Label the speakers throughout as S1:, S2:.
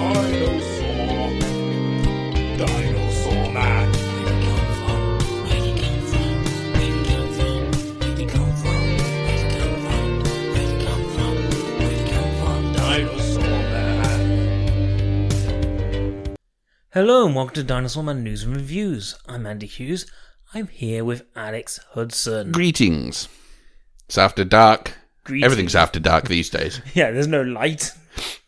S1: Dinosaur. Dinosaur Man. Dinosaur Man.
S2: Hello and welcome to Dinosaur Man News and Reviews. I'm Andy Hughes. I'm here with Alex Hudson.
S3: Greetings. It's after dark.
S2: Greetings.
S3: Everything's after dark these days.
S2: Yeah, there's no light.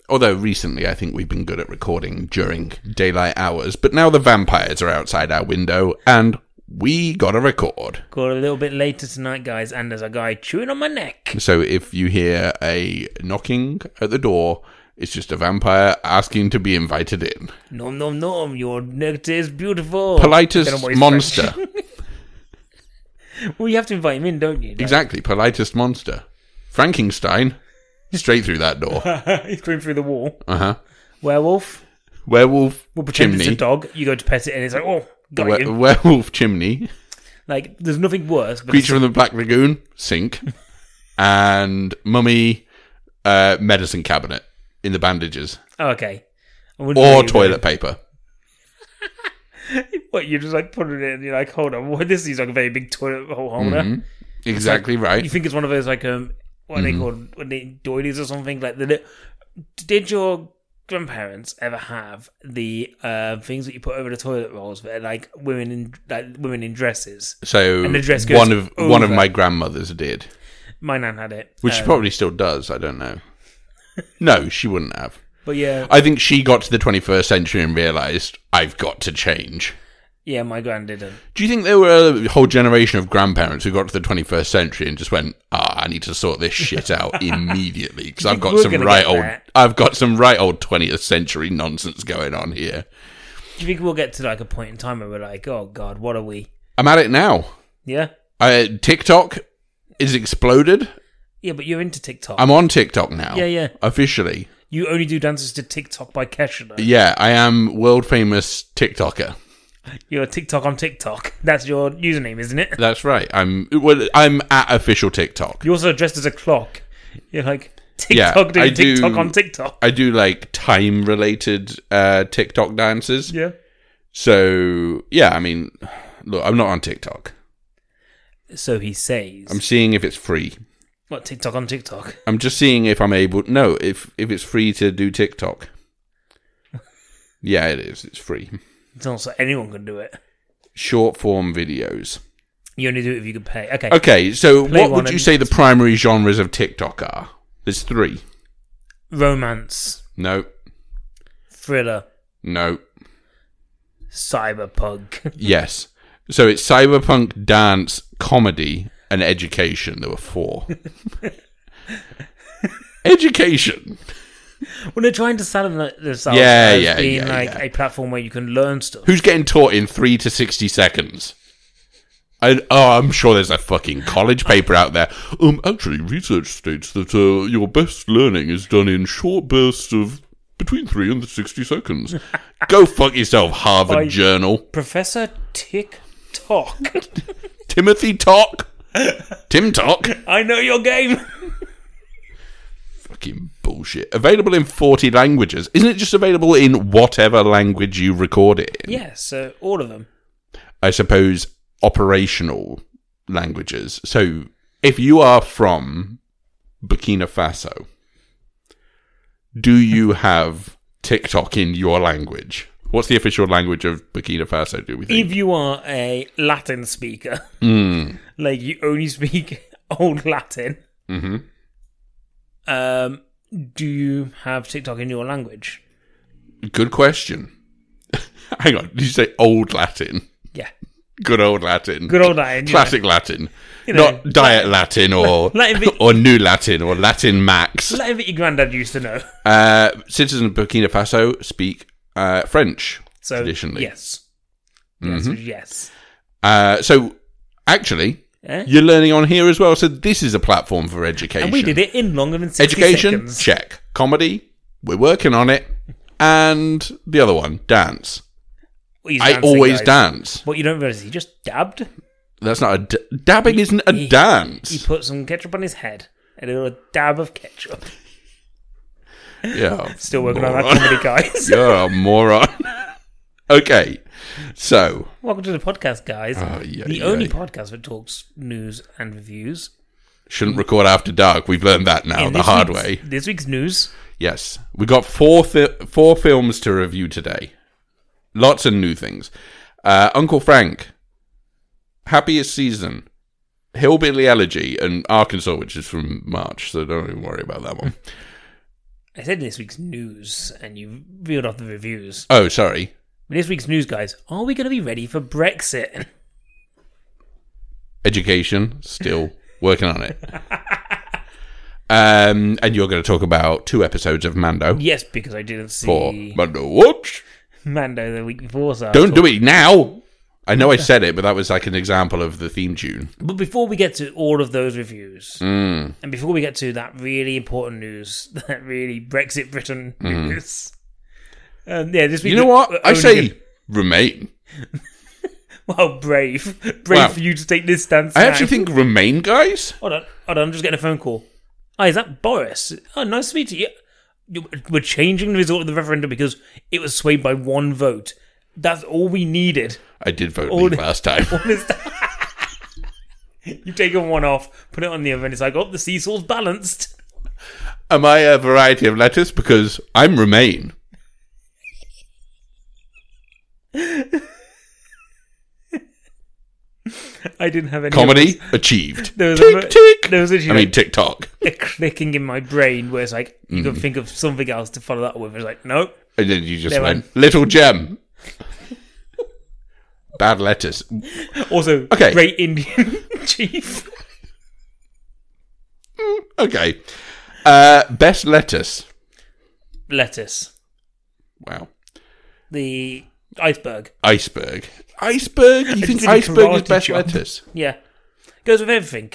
S3: Although recently I think we've been good at recording during daylight hours, but now the vampires are outside our window and we gotta record.
S2: Got a little bit later tonight, guys, and there's a guy chewing on my neck.
S3: So if you hear a knocking at the door, it's just a vampire asking to be invited in.
S2: Nom nom nom, your neck is beautiful. I Oh, don't know
S3: Politest
S2: what he's
S3: monster.
S2: French. Well, you have to invite him in, don't you? Like,
S3: exactly, politest monster. Frankenstein. Straight through that door.
S2: he's going through the wall.
S3: Uh huh.
S2: Werewolf.
S3: Werewolf
S2: We'll pretend
S3: chimney.
S2: it's a dog. You go to pet it, and it's like, oh, got
S3: Were-
S2: him.
S3: werewolf chimney.
S2: Like, there's nothing worse. But
S3: Creature from the Black Lagoon, sink, and Mummy, uh, medicine cabinet in the bandages
S2: oh, okay. I wouldn't
S3: or
S2: really know.
S3: toilet paper.
S2: What you just like put it in? You're like, hold on, what, this is like a very big toilet hole holder.
S3: Mm-hmm. Exactly
S2: You
S3: right.
S2: think it's one of those like um, what are
S3: Mm-hmm.
S2: they called? What are they, doilies or something like the. li- Did your grandparents ever have the uh, things that you put over the toilet rolls that are like women in like women in dresses?
S3: So
S2: And the dress goes
S3: one of one of
S2: over.
S3: my grandmothers did,
S2: My nan had it,
S3: which she
S2: Um,
S3: probably still does. I don't know. No, she wouldn't have.
S2: but yeah,
S3: I think she got to the 21st century and realized I've got to change.
S2: yeah, my gran didn't.
S3: Do you think there were a whole generation of grandparents who got to the 21st century and just went, "Ah, I need to sort this shit out immediately because I've got
S2: we're
S3: some
S2: gonna
S3: right
S2: get
S3: old,
S2: there?"
S3: I've got some right old 20th century nonsense going on here."
S2: Do you think we'll get to like a point in time where we're like, oh god, what are we?
S3: I'm at it now.
S2: Yeah,
S3: Uh, TikTok is exploded.
S2: yeah, but you're into TikTok.
S3: I'm on TikTok now.
S2: Yeah, yeah.
S3: Officially,
S2: you only do dances to TikTok by Kesha. though.
S3: yeah, I am world famous TikToker.
S2: You're TikTok on TikTok. That's your username, isn't it?
S3: That's right. I'm well, I'm at official TikTok.
S2: You're also dressed as a clock. You're like
S3: Yeah,
S2: TikTok doing
S3: I do-
S2: TikTok on TikTok.
S3: I do like time related uh, TikTok dances.
S2: Yeah.
S3: So yeah, I mean, look, I'm not on TikTok.
S2: So he says.
S3: I'm seeing if it's free.
S2: What TikTok on TikTok?
S3: I'm just seeing if I'm able. No, if if it's free to do TikTok. Yeah, it is. It's free.
S2: It's not so anyone can do it.
S3: Short form videos.
S2: You only do it if you can pay. Okay.
S3: Okay, so
S2: Play
S3: what
S2: one
S3: would you
S2: and-
S3: say the primary genres of TikTok are? There's three.
S2: Romance,
S3: No,
S2: thriller,
S3: no,
S2: cyberpunk.
S3: yes. So it's cyberpunk, dance, comedy, and education. There were four. education.
S2: when they're trying to sell them themselves
S3: Yeah,
S2: as
S3: yeah,
S2: being
S3: yeah,
S2: like
S3: yeah.
S2: a platform where you can learn stuff.
S3: Who's getting taught in three to sixty seconds? I, oh, I'm sure there's a fucking college paper out there. Um, actually, research states that uh, your best learning is done in short bursts of between three and sixty seconds. Go fuck yourself, Harvard
S2: I-
S3: Journal.
S2: Professor TikTok.
S3: Timothy Talk, Tim Talk.
S2: I know your game.
S3: Fucking bullshit. Available in forty languages. Isn't it just available in whatever language you record it in?
S2: yeah. So all of them.
S3: I suppose, operational languages. So if you are from Burkina Faso, do you have TikTok in your language? What's the official language of Burkina Faso, do we think?
S2: If you are a Latin speaker,
S3: Hmm.
S2: like you only speak old Latin,
S3: Mm-hmm.
S2: um, do you have TikTok in your language?
S3: Good question. Hang on, did you say old Latin?
S2: Yeah,
S3: Good old Latin.
S2: good old Latin. you know.
S3: Classic Latin.
S2: know,
S3: Not diet Latin or
S2: Latin bit-
S3: or new Latin or Latin max.
S2: Latin that your granddad used to know.
S3: Uh, citizens of Burkina Faso speak uh, French
S2: So
S3: traditionally. Mm-hmm.
S2: yes, yes, yes.
S3: Uh, so actually,
S2: Eh?
S3: you're learning on here as well. So this is a platform for education.
S2: And we did it in longer than 60
S3: Education,
S2: seconds.
S3: check. Comedy, we're working on it. And the other one, dance.
S2: Well, he's
S3: I
S2: dancing,
S3: always
S2: guys.
S3: dance.
S2: What you don't realize is he just dabbed.
S3: That's not a d- dabbing. isn't a
S2: He
S3: dance.
S2: put some ketchup on his head, a little dab of ketchup.
S3: Yeah.
S2: Still working on that
S3: Moron.
S2: comedy, guys.
S3: You're a moron. okay. So,
S2: Welcome to the podcast, guys.
S3: Oh, yeah,
S2: the
S3: yeah,
S2: only
S3: yeah.
S2: podcast that talks news and reviews.
S3: shouldn't record after dark. We've learned that now
S2: And
S3: the
S2: this
S3: hard
S2: week's-
S3: way.
S2: This week's news.
S3: Yes. We got four fi- four films to review today. Lots of new things. Uh, Uncle Frank, Happiest Season, Hillbilly Elegy, and Arkansas, which is from March, so don't even worry about that one.
S2: I said this week's news, and you reeled off the reviews.
S3: Oh, sorry.
S2: This week's news, guys. Are we going to be ready for Brexit?
S3: Education, still working on it. Um, and you're going to talk about two episodes of Mando
S2: yes, because I didn't see
S3: for Mando Watch.
S2: Mando the week before. So I
S3: Don't
S2: thought-
S3: do it now. I know I said it, but that was like an example of the theme tune.
S2: But before we get to all of those reviews,
S3: Hmm.
S2: and before we get to that really important news, that really Brexit Britain news. Um, yeah, this week.
S3: Hmm. You know
S2: we-
S3: what?
S2: we're
S3: I
S2: only
S3: say
S2: gonna-
S3: remain.
S2: well, brave, brave
S3: Wow.
S2: for you to take this stance.
S3: I
S2: now.
S3: actually think remain, guys.
S2: Hold on, hold on. I'm just getting a phone call. Hi, is that Boris? Oh, nice to meet you. You- We're changing the result of the referendum because it was swayed by one vote. That's all we needed.
S3: I did vote
S2: All
S3: leave
S2: the-
S3: last time.
S2: You've taken one off, put it on the other, and it's like, oh, the seesaw's balanced.
S3: Am I a variety of lettuce? Because I'm remain.
S2: I didn't have any
S3: Comedy achieved.
S2: There was,
S3: tick
S2: a,
S3: tick.
S2: there was
S3: I
S2: literally
S3: mean
S2: like
S3: TikTok.
S2: a clicking in my brain where it's like you
S3: Mm.
S2: can think of something else to follow that with. It's like nope,
S3: And then you just
S2: There
S3: went little gem. Bad lettuce.
S2: also
S3: Okay.
S2: great Indian chief.
S3: Okay. Uh, best lettuce.
S2: Lettuce,
S3: Wow.
S2: the iceberg.
S3: Iceberg. Iceberg. You
S2: just
S3: think
S2: did a
S3: iceberg is
S2: karate
S3: best
S2: chop.
S3: lettuce?
S2: Yeah, goes with everything.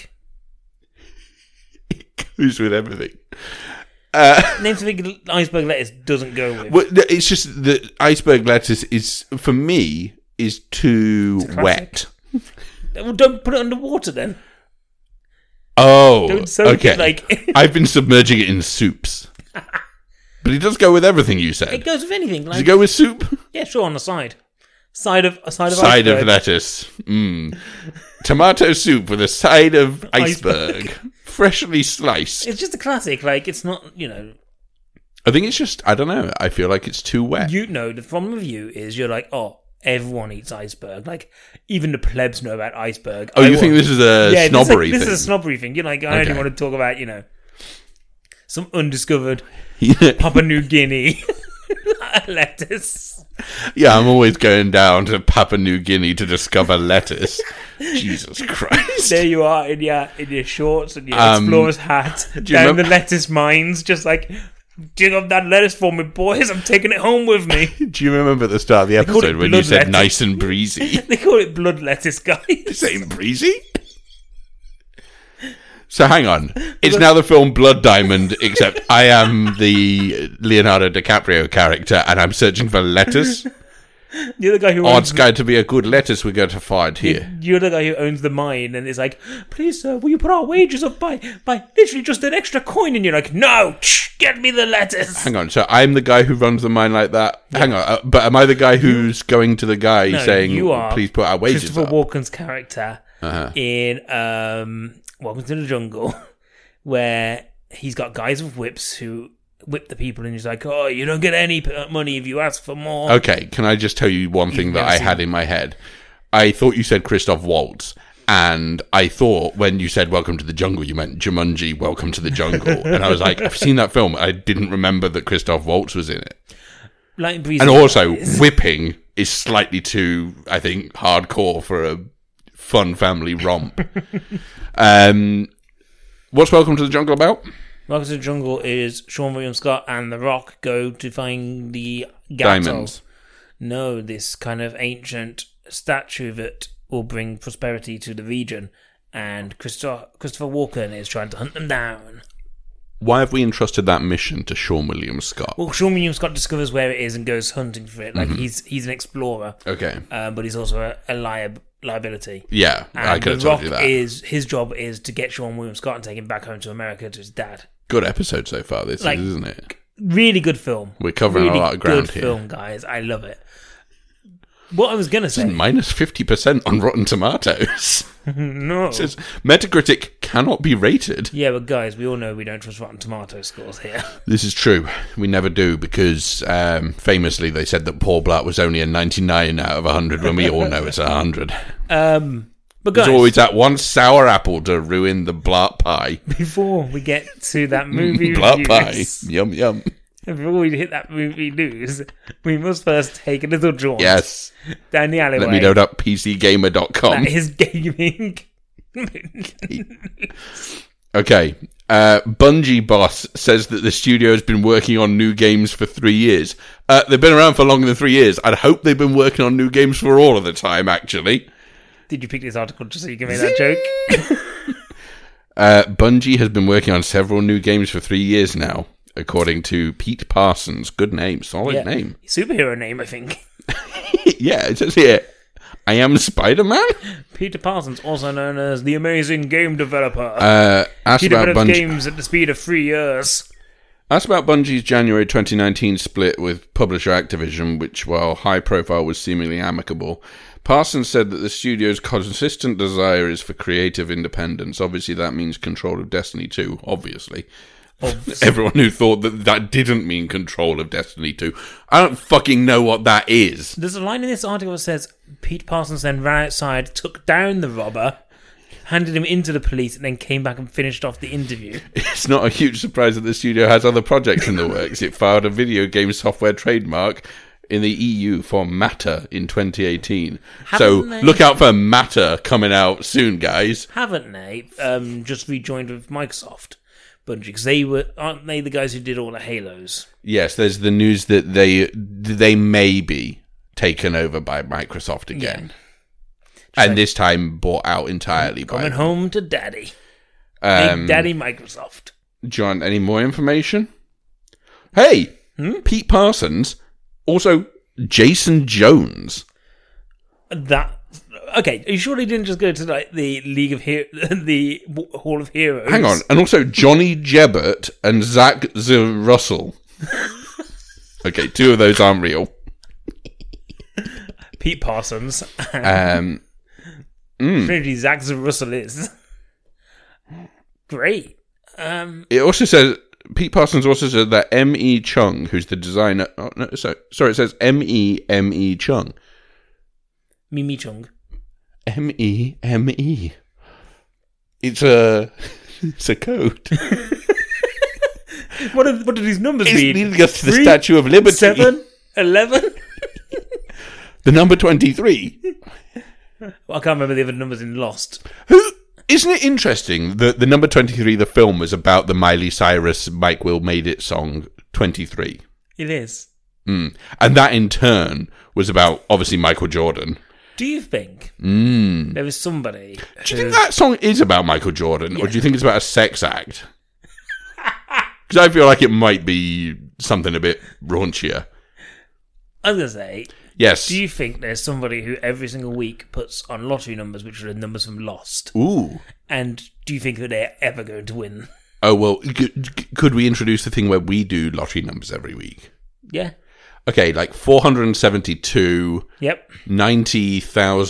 S3: Who's with everything?
S2: Name something iceberg lettuce doesn't go with.
S3: Well, th- it's just the iceberg lettuce is for me is too
S2: classic.
S3: wet.
S2: Well, don't put it underwater then.
S3: Oh,
S2: Don't soak
S3: okay.
S2: it like.
S3: I've been submerging it in soups, but it does go with everything you said.
S2: It goes with anything.
S3: does it
S2: Like
S3: go with soup?
S2: yeah, sure on the side, side of a side of
S3: Side
S2: iceberg.
S3: of lettuce, mm. tomato soup with a side of iceberg, freshly sliced.
S2: It's just a classic. Like it's not you know
S3: I think it's just I don't know. I feel like it's too wet.
S2: you know the problem with you is you're like oh everyone eats iceberg like even the plebs know about iceberg.
S3: oh,
S2: I
S3: you
S2: want-
S3: think this is
S2: yeah,
S3: a
S2: this is a-
S3: snobbery
S2: This, is,
S3: thing?
S2: a snobbery thing. You're like I
S3: Okay.
S2: only want to talk about you know some undiscovered
S3: Yeah.
S2: Papua New Guinea lettuce.
S3: Yeah, I'm always going down to Papua New Guinea to discover lettuce. Jesus Christ.
S2: There you are in your in your shorts and your
S3: Um,
S2: explorer's hat down
S3: you remem-
S2: the lettuce mines, just like dig up that lettuce for me, boys. I'm taking it home with me.
S3: Do you remember at the start of the
S2: called
S3: episode
S2: it
S3: when you
S2: blood
S3: said
S2: lettuce.
S3: nice and breezy?
S2: they call it blood lettuce, guys.
S3: Same breezy? So hang on. It's now the film Blood Diamond, except I am the Leonardo DiCaprio character and I'm searching for lettuce.
S2: You're the guy who
S3: Oh, it's
S2: owns,
S3: going to be a good lettuce we're going to find here.
S2: you're the guy who owns the mine, and it's like, please, sir, will you put our wages up by by literally just an extra coin? And you're like, no, shh, get me the lettuce.
S3: Hang on. So I'm the guy who runs the mine like that. Hang on. Uh, but am I the guy who's going to the guy
S2: No,
S3: saying,
S2: you are
S3: please put our wages
S2: Christopher
S3: up? Uh-huh.
S2: Walken's character in um, Welcome to the Jungle, where he's got guys with whips who whip the people, and he's like, "Oh, you don't get any p- money if you ask for more."
S3: Okay, can I just tell you one thing that
S2: never
S3: I
S2: seen
S3: had in my head? I thought you said Christoph Waltz, and I thought when you said Welcome to the Jungle, you meant Jumanji, Welcome to the Jungle. and I was like, I've seen that film. I didn't remember that Christoph Waltz was in it.
S2: Light and breezy.
S3: And also, whipping is slightly too, I think, hardcore for a fun family romp. um, what's Welcome to the Jungle about?
S2: Welcome to the Jungle is Sean William Scott and The Rock go to find the Gato.
S3: Diamonds.
S2: No, this kind of ancient statue that will bring prosperity to the region, and Christo- Christopher Walken is trying to hunt them down.
S3: Why have we entrusted that mission to Sean William Scott?
S2: Well, Sean William Scott discovers where it is and goes hunting for it. Like
S3: Mm-hmm.
S2: he's he's an explorer,
S3: Okay.
S2: uh, but he's also a, a liab- liability.
S3: Yeah,
S2: And
S3: I could have
S2: The Rock
S3: told you that.
S2: is his job is to get Sean William Scott and take him back home to America to his dad.
S3: good episode so far this
S2: Like-
S3: is, isn't it?
S2: Really good film.
S3: We're covering
S2: really
S3: a lot of ground
S2: good
S3: here.
S2: film, guys. I love it. What I was gonna say,
S3: Minus 50% on Rotten Tomatoes.
S2: no.
S3: It says Metacritic cannot be rated.
S2: Yeah, but guys, we all know we don't trust Rotten Tomato scores here.
S3: This is true. We never do because um, famously they said that Paul Blart was only a 99 out of 100 when we all know it's a 100.
S2: Um, but guys,
S3: There's always that one sour apple to ruin the Blart pie.
S2: before we get to that movie
S3: Blart pie.
S2: reviews,
S3: Yum, yum.
S2: before we hit that movie news, we must first take a little jaunt
S3: Yes.
S2: down the alleyway.
S3: Let me load up PCGamer.com.
S2: That is gaming.
S3: Okay. Uh, Bungie boss says that the studio has been working on new games for three years. Uh, they've been around for longer than three years. I'd hope they've been working on new games for all of the time, actually.
S2: Did you pick this article just so you can make that joke?
S3: Uh, Bungie has been working on several new games for three years now, according to Pete Parsons. Good name, solid
S2: Yeah.
S3: name.
S2: Superhero name, I think.
S3: yeah, it says here, I am Spider Man.
S2: Peter Parsons, also known as the amazing game developer.
S3: Uh, asked
S2: he
S3: about
S2: develops
S3: Bungie.
S2: games at the speed of three years.
S3: Asked about Bungie's January 2019 split with publisher Activision, which, while high profile, was seemingly amicable. Parsons said that the studio's consistent desire is for creative independence. Obviously, that means control of Destiny 2, obviously. Everyone who thought that that didn't mean control of Destiny 2, I don't fucking know what that is.
S2: There's a line in this article that says Pete Parsons then ran outside, took down the robber, handed him into the police, and then came back and finished off the interview.
S3: It's not a huge surprise that the studio has other projects in the works. It filed a video game software trademark in the EU for Matter in 2018. so
S2: Haven't they-
S3: look out for Matter coming out soon, guys.
S2: Haven't they? Um, just rejoined with Microsoft, Bungie, because they were aren't they the guys who did all the Halos?
S3: Yes, there's the news that they they may be taken over by Microsoft again. And this time bought out entirely
S2: Coming
S3: by
S2: home to daddy, big
S3: um,
S2: daddy Microsoft.
S3: John. Any more information? Hey,
S2: Hmm?
S3: Pete Parsons, also Jason Jones.
S2: That okay? Are you sure they didn't just go to like the League of Hero, the Hall of Heroes?
S3: Hang on, and also Johnny Jebbett and Zach Z Russell. okay, two of those aren't real.
S2: Pete Parsons.
S3: Um, Hmm.
S2: Trinity Zach Russell is great. Um,
S3: it also says Pete Parsons also said that M. E. Chung, who's the designer. Oh, no, sorry, sorry, it says M. E. M. E. Chung.
S2: Mimi Chung.
S3: M. E. M. E. It's a it's a code.
S2: What did what did these numbers
S3: It's
S2: mean?
S3: leading us to the
S2: Three,
S3: Statue of Liberty.
S2: Seven, eleven.
S3: The number twenty-three.
S2: Well, I can't remember the other numbers in Lost.
S3: Who isn't it interesting that the number twenty three the film was about the Miley Cyrus Mike Will Made It song twenty three.
S2: It is.
S3: Mm. And that in turn was about obviously Michael Jordan.
S2: Do you think
S3: Hmm.
S2: there is somebody? who-
S3: Do you think that song is about Michael Jordan or do you think it's about a sex act? Because I feel like it might be something a bit raunchier.
S2: I was gonna say.
S3: Yes.
S2: Do you think there's somebody who every single week puts on lottery numbers, which are the numbers from Lost?
S3: Ooh.
S2: And do you think that they're ever going to win?
S3: Oh, well, c- c- could we introduce the thing where we do lottery numbers every week?
S2: Yeah.
S3: Okay, like 472,
S2: Yep.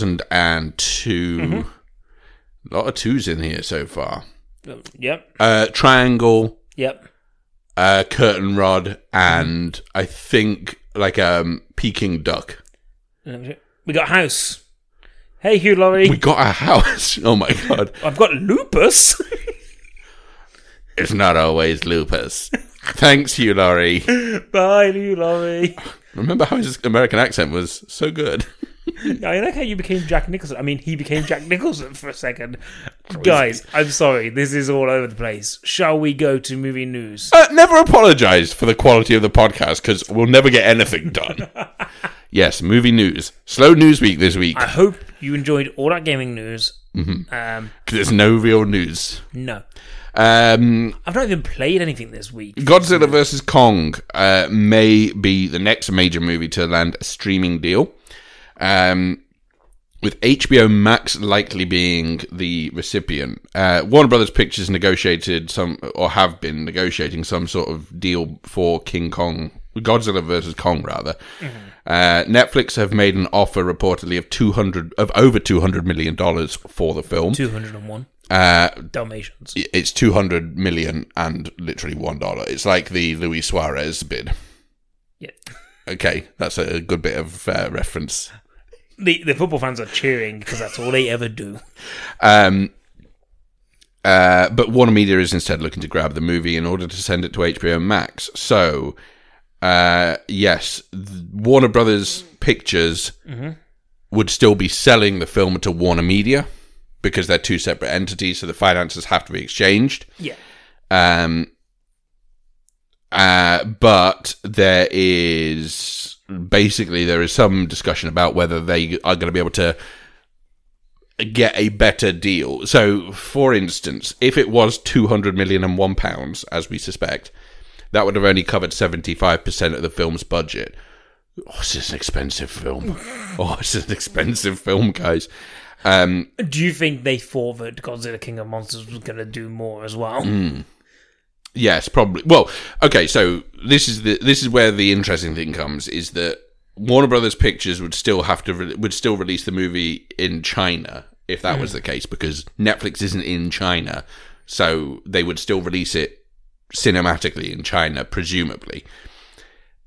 S3: 90,002. A lot of twos in here so far.
S2: Um, Yep.
S3: Uh, triangle,
S2: Yep.
S3: a curtain rod and I think like um Peking duck.
S2: We got house. Hey, Hugh Laurie.
S3: We got a house. Oh my god.
S2: I've got lupus.
S3: It's not always lupus. Thanks, Hugh Laurie.
S2: Bye, Hugh Laurie.
S3: Remember how his American accent was so good?
S2: I like how you became Jack Nicholson. I mean, he became Jack Nicholson for a second. Guys, I'm sorry. This is all over the place. Shall we go to movie news?
S3: Uh, never apologize for the quality of the podcast because we'll never get anything done. yes, movie news. Slow news week this week
S2: I hope you enjoyed all that gaming news. Um,
S3: 'cause there's no real news.
S2: no,
S3: Um,
S2: I've not even played anything this week.
S3: Godzilla vs. Kong uh, may be the next major movie to land a streaming deal. Um, with HBO Max likely being the recipient. Uh, Warner Brothers Pictures negotiated some, or have been negotiating some sort of deal for King Kong, Godzilla versus Kong, rather. Uh, Netflix have made an offer reportedly of two hundred of over two hundred million dollars for the film.
S2: Two hundred and one
S3: Uh,
S2: Dalmatians.
S3: it's two hundred million and literally one dollar. It's like the Luis Suarez bid.
S2: Yeah.
S3: Okay, that's a good bit of uh, reference.
S2: The, the football fans are cheering because that's all they ever do.
S3: Um, uh, but Warner Media is instead looking to grab the movie in order to send it to HBO Max. So, uh, yes, th- Warner Brothers Pictures would still be selling the film to Warner Media because they're two separate entities, so the finances have to be exchanged.
S2: Yeah.
S3: Um, uh, but there is basically there is some discussion about whether they are going to be able to get a better deal. So, for instance, if it was two hundred million and one pounds, as we suspect, that would have only covered seventy five percent of the film's budget. Oh, this is an expensive film. Oh, this is an expensive film, guys. Um,
S2: Do you think they thought that Godzilla King of Monsters was going to do more as well?
S3: Yes, probably. Well, okay. So this is the this is where the interesting thing comes is that Warner Brothers Pictures would still have to re- would still release the movie in China if that was the case because Netflix isn't in China, so they would still release it cinematically in China, presumably.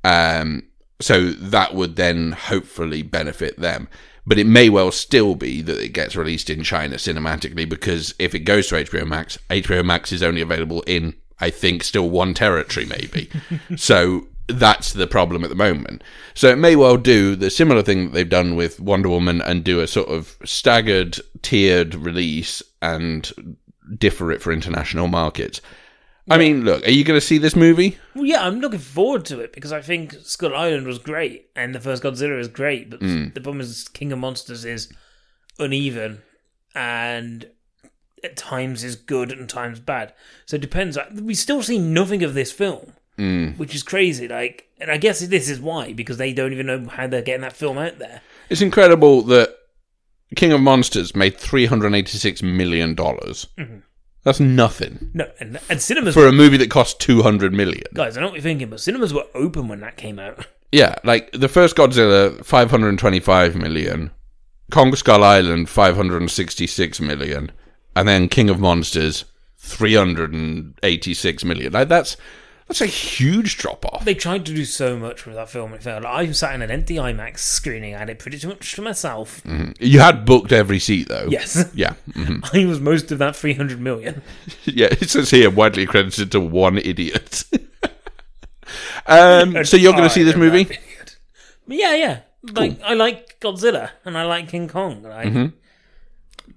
S3: Um, so that would then hopefully benefit them. But it may well still be that it gets released in China cinematically because if it goes to HBO Max, HBO Max is only available in, I think, still one territory, maybe. so that's the problem at the moment. So it may well do the similar thing that they've done with Wonder Woman and do a sort of staggered, tiered release and differ it for international markets. I mean, look, are you going to see this movie?
S2: Well, yeah, I'm looking forward to it because I think Skull Island was great and the first Godzilla is great, but the problem is King of Monsters is uneven and at times is good and times bad. So it depends. We still see nothing of this film, which is crazy. Like, and I guess this is why because they don't even know how they're getting that film out there.
S3: It's incredible that King of Monsters made three hundred eighty-six million dollars. That's nothing
S2: No, and, and cinemas,
S3: for a movie that cost two hundred million.
S2: guys, I know what you're thinking, but cinemas were open when that came out.
S3: Yeah, like the first Godzilla, five hundred twenty-five million. Kong Skull Island, five hundred sixty-six million, and then King of Monsters, three hundred and eighty-six million. Like that's that's a huge drop off.
S2: They tried to do so much with that film. It failed. I sat in an empty IMAX screening and it pretty much to myself.
S3: You had booked every seat though.
S2: Yes,
S3: Yeah. mhm.
S2: I was most of that three hundred million.
S3: Yeah, it says here widely credited to one idiot. um, so you're
S2: Oh,
S3: going to see this movie?
S2: But yeah, yeah. Like I like Godzilla and I like King Kong. Like,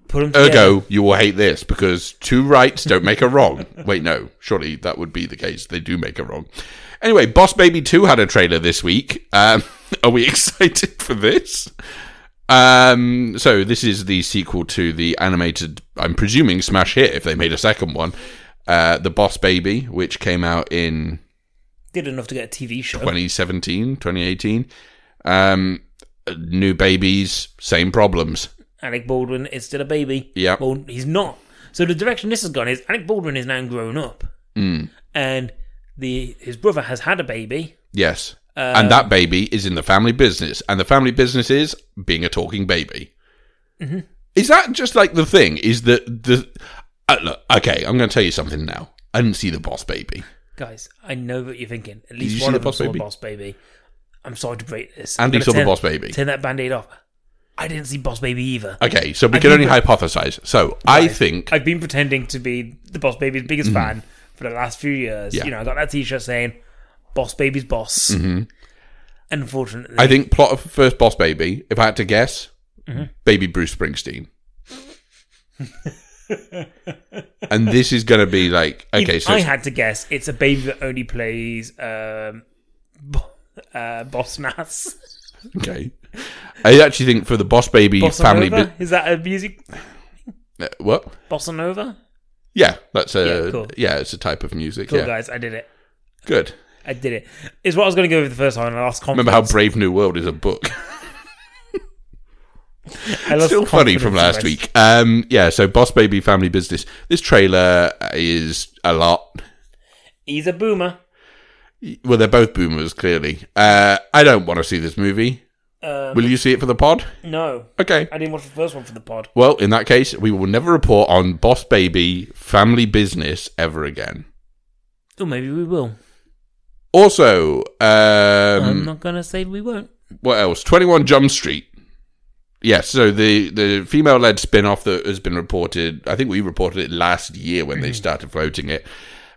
S2: Put them together.
S3: Mm-hmm. Ergo, you will hate this because two rights don't make a wrong. Wait, no, surely that would be the case. They do make a wrong. Anyway, Boss Baby 2 had a trailer this week. Um, are we excited for this? Um, so this is the sequel to the animated, I'm presuming, smash hit if they made a second one. Uh, the Boss Baby, which came out in
S2: did enough to get a TV show.
S3: 2017, 2018. Um, new babies, same problems.
S2: Alec Baldwin is still a baby.
S3: Yeah.
S2: Well, he's not. So the direction this has gone is Alec Baldwin is now grown up,
S3: Mm.
S2: and the his brother has had a baby.
S3: Yes. and that baby is in the family business. And the family business is being a talking baby. Is that just like the thing? Is that the. Uh, look, okay, I'm going to tell you something now. I didn't see the boss baby.
S2: Guys, I know what you're thinking. At
S3: you
S2: least
S3: see
S2: one
S3: the
S2: of them
S3: Boss
S2: saw
S3: Baby?
S2: the boss baby. I'm sorry to break this.
S3: Andy
S2: I'm gonna
S3: saw the
S2: tear-
S3: Boss Baby.
S2: Tear that band-aid off. I didn't see boss baby either.
S3: Okay, so we can
S2: think
S3: only hypothesize. So I think.
S2: I've been pretending to be the Boss Baby's biggest fan for the last few years.
S3: Mm-hmm. Yeah. Mm-hmm.
S2: You know, I got that T-shirt saying "Boss Baby's Boss." Unfortunately,
S3: I think plot of first boss baby. If I had to guess,
S2: Mm-hmm.
S3: baby Bruce Springsteen. and this is going to be like okay,
S2: If
S3: so
S2: I
S3: it's-
S2: had to guess. It's a baby that only plays um, bo- uh, Boss Nass.
S3: okay. I actually think for the boss baby
S2: Bossa
S3: family,
S2: Nova? is that a music?
S3: bu- uh, what?
S2: Bossa Nova.
S3: Yeah, that's a yeah,
S2: Yeah, cool.
S3: it's a type of music.
S2: Cool
S3: yeah,
S2: Oh, guys, I did it.
S3: good.
S2: I did it. Is what I was going to go with the first time, and I lost confidence.
S3: Remember how Brave New World is a book?
S2: I lost
S3: Still funny
S2: confidence
S3: from
S2: in
S3: last
S2: myself.
S3: week. Um, yeah, so Boss Baby Family Business. This trailer is a lot.
S2: He's a boomer.
S3: Well, they're both boomers, clearly. Uh, I don't want to see this movie.
S2: Um,
S3: Will you see it for the pod?
S2: no,
S3: Okay.
S2: I didn't watch the first one for the pod.
S3: Well, in that case, we will never report on Boss Baby Family Business ever again.
S2: Oh, maybe we will.
S3: Also,
S2: I'm
S3: um,
S2: not gonna say we won't.
S3: what else? 21 Jump Street. Yes, so the, the female led spin off that has been reported, I think we reported it last year when they started floating it,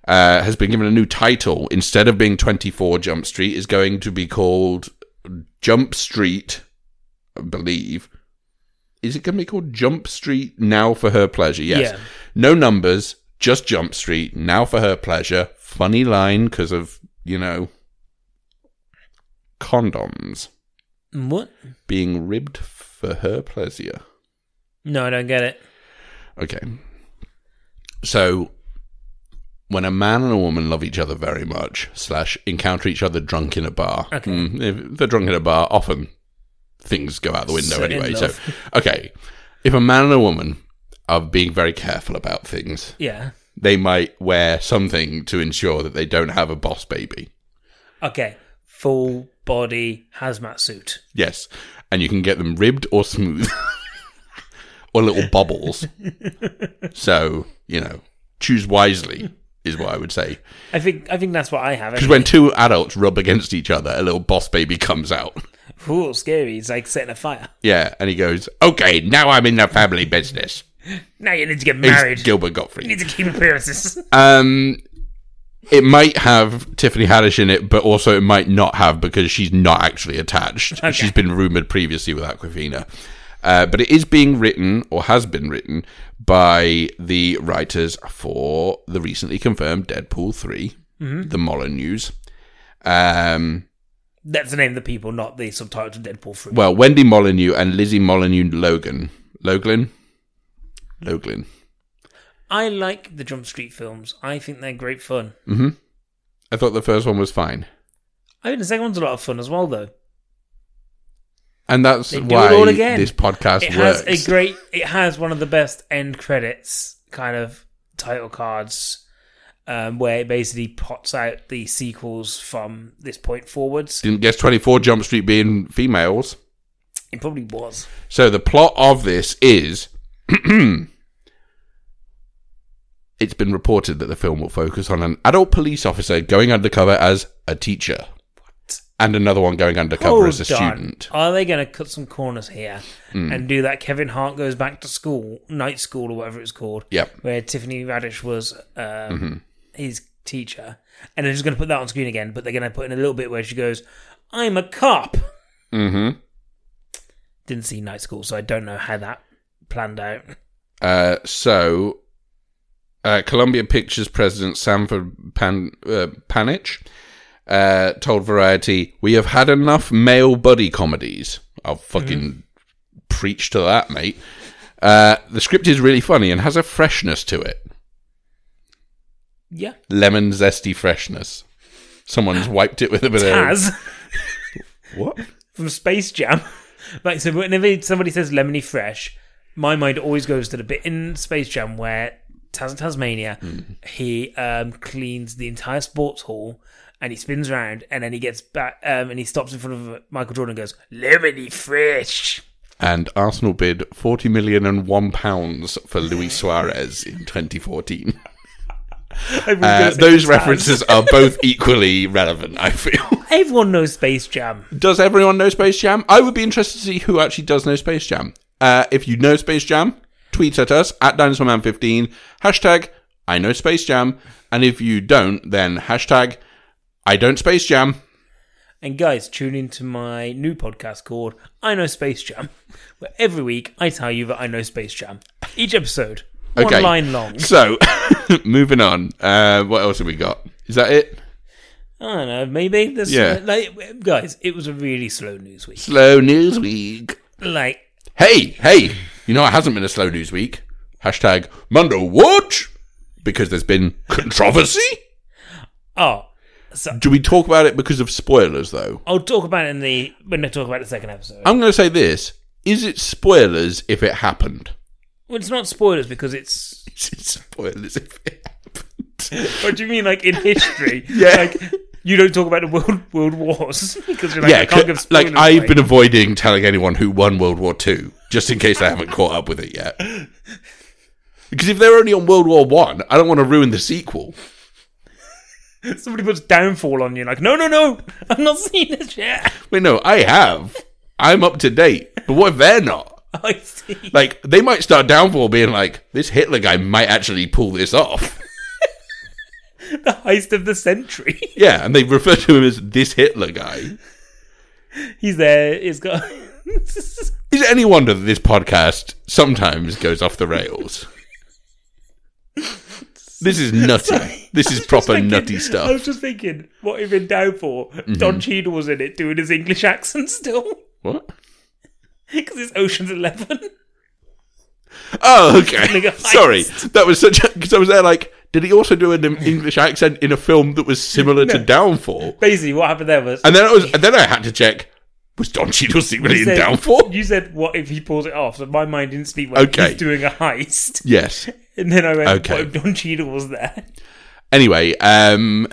S3: uh, has been given a new title. Instead of being 24 Jump Street, is going to be called Jump Street, I believe. Is it going to be called Jump Street Now for Her Pleasure? Yes.
S2: Yeah.
S3: No numbers, just Jump Street Now for Her Pleasure. Funny line because of, you know, condoms
S2: What?
S3: being ribbed for her pleasure.
S2: No, I don't get it.
S3: Okay. So, when a man and a woman love each other very much, slash, encounter each other drunk in a bar.
S2: Okay.
S3: Mm, if they're drunk in a bar, often things go out the window
S2: So in
S3: anyway. So,
S2: love.
S3: okay. If a man and a woman are being very careful about things,
S2: Yeah.
S3: they might wear something to ensure that they don't have a boss baby.
S2: Okay. Full body hazmat suit.
S3: Yes. And you can get them ribbed or smooth or little bubbles. so, you know, choose wisely is what I would say.
S2: I think. I think that's what I have.
S3: Because when two adults rub against each other, a little boss baby comes out.
S2: Ooh, scary. It's like setting a fire.
S3: Yeah. And he goes, okay, now I'm in the family business.
S2: Now you need to get
S3: It's
S2: married.
S3: Gilbert
S2: you
S3: Gottfried.
S2: need to keep appearances.
S3: Um, it might have Tiffany Haddish in it, but also it might not have because she's not actually attached. She's been rumored previously with Aquafina. Uh, but it is being written, or has been written, by the writers for the recently confirmed Deadpool 3,
S2: Mm-hmm.
S3: the Molyneux. Um,
S2: That's the name of the people, not the subtitle Deadpool fruit.
S3: well, Wendy Molyneux and Lizzie Molyneux Logan. Loglin? Loglin.
S2: I like the Jump Street films. I think they're great fun.
S3: I thought the first one was fine.
S2: I think the second one's a lot of fun as well, though.
S3: And that's
S2: They do it
S3: why
S2: all again.
S3: this podcast
S2: It
S3: works.
S2: has a great. It has one of the best end credits kind of title cards, um, where it basically pots out the sequels from this point forwards.
S3: didn't guess 24 Jump Street being females.
S2: It probably was.
S3: So the plot of this is it's been reported that the film will focus on an adult police officer going undercover as a teacher. And another one going undercover as a
S2: Hold on.
S3: student.
S2: Are they going to cut some corners here and do that? Kevin Hart goes back to school, night school or whatever it's called.
S3: Yep.
S2: where Tiffany Radish was um,
S3: Mm-hmm.
S2: his teacher, and they're just going to put that on screen again. But they're going to put in a little bit where she goes, "I'm a cop."
S3: Mm-hmm.
S2: Didn't see Night School, so I don't know how that planned out.
S3: Uh, so, uh, Columbia Pictures president Sanford Pan, uh, Panich uh, told Variety, "We have had enough male buddy comedies. I'll fucking preach to that, mate. Uh, the script is really funny and has a freshness to it,
S2: Yeah,
S3: lemon zesty freshness. Someone's wiped it with a bit
S2: Taz
S3: of what?
S2: from Space Jam. like so, whenever somebody says "lemony fresh," my mind always goes to the bit in Space Jam where Taz in Tasmania
S3: Mm.
S2: he um, cleans the entire sports hall. And he spins around, and then he gets back, um, and he stops in front of Michael Jordan and goes, "Lemony fresh."
S3: And Arsenal bid forty million and one pounds for Luis Suarez in 2014." Uh, those references are both equally relevant, I feel.
S2: Everyone knows Space Jam.
S3: Does everyone know Space Jam? I would be interested to see who actually does know Space Jam. Uh, if you know Space Jam, tweet at us at DinosaurMan15, hashtag I know Space Jam. And if you don't, then hashtag I don't Space Jam.
S2: And guys, tune in to my new podcast called I Know Space Jam, where every week I tell you that I know Space Jam. Each episode, one
S3: Okay.
S2: line long.
S3: So, moving on. Uh, what else have we got? Is that it?
S2: I don't know, maybe this.
S3: Yeah.
S2: Like, guys, it was a really slow news week.
S3: Slow news week.
S2: Like,
S3: Hey, hey, you know it hasn't been a slow news week. Hashtag Mundo Watch because there's been controversy.
S2: oh,
S3: Do we talk about it because of spoilers though?
S2: I'll talk about it in the when I talk about the second episode.
S3: I'm going to say this. Is it spoilers if it happened?
S2: Well, it's not spoilers because it's.
S3: Is it spoilers if it happened?
S2: What do you mean, like in history?
S3: Yeah.
S2: Like, you don't talk about the world world wars because you're like, I
S3: yeah,
S2: can't give
S3: c- like
S2: spoilers.
S3: I've
S2: away.
S3: been avoiding telling anyone who won World War Two, just in case I haven't caught up with it yet. Because if they're only on World War One, I, don't want to ruin the sequel.
S2: Somebody puts downfall on you, like, no, no, no, I've not seen this yet.
S3: Wait, no, I have. I'm up to date. But what if they're not?
S2: I see.
S3: Like they might start downfall being like, this Hitler guy might actually pull this off.
S2: The heist of the century.
S3: Yeah, and they refer to him as this Hitler guy.
S2: He's there, he's got.
S3: Is it any wonder that this podcast sometimes goes off the rails? this is nutty. This is proper
S2: thinking-
S3: nutty
S2: I
S3: stuff. Mm-hmm.
S2: was just thinking, what if in Downfall, Don Cheadle was in it doing his English accent still?
S3: What?
S2: Because it's Ocean's Eleven.
S3: Oh, okay.
S2: Like a heist.
S3: Sorry, that was such. Because I was there, like, did he also do an English accent in a film that was similar to Downfall?
S2: Basically, what happened there was.
S3: And then I was, and then I had to check: was Don Cheadle secretly
S2: you
S3: in Downfall?
S2: You said, what if he pulls it off? So my mind didn't sleep when
S3: Okay.
S2: he's doing a heist.
S3: Yes.
S2: And then I went,
S3: Okay.
S2: what if Don Cheadle was there?
S3: Anyway, um,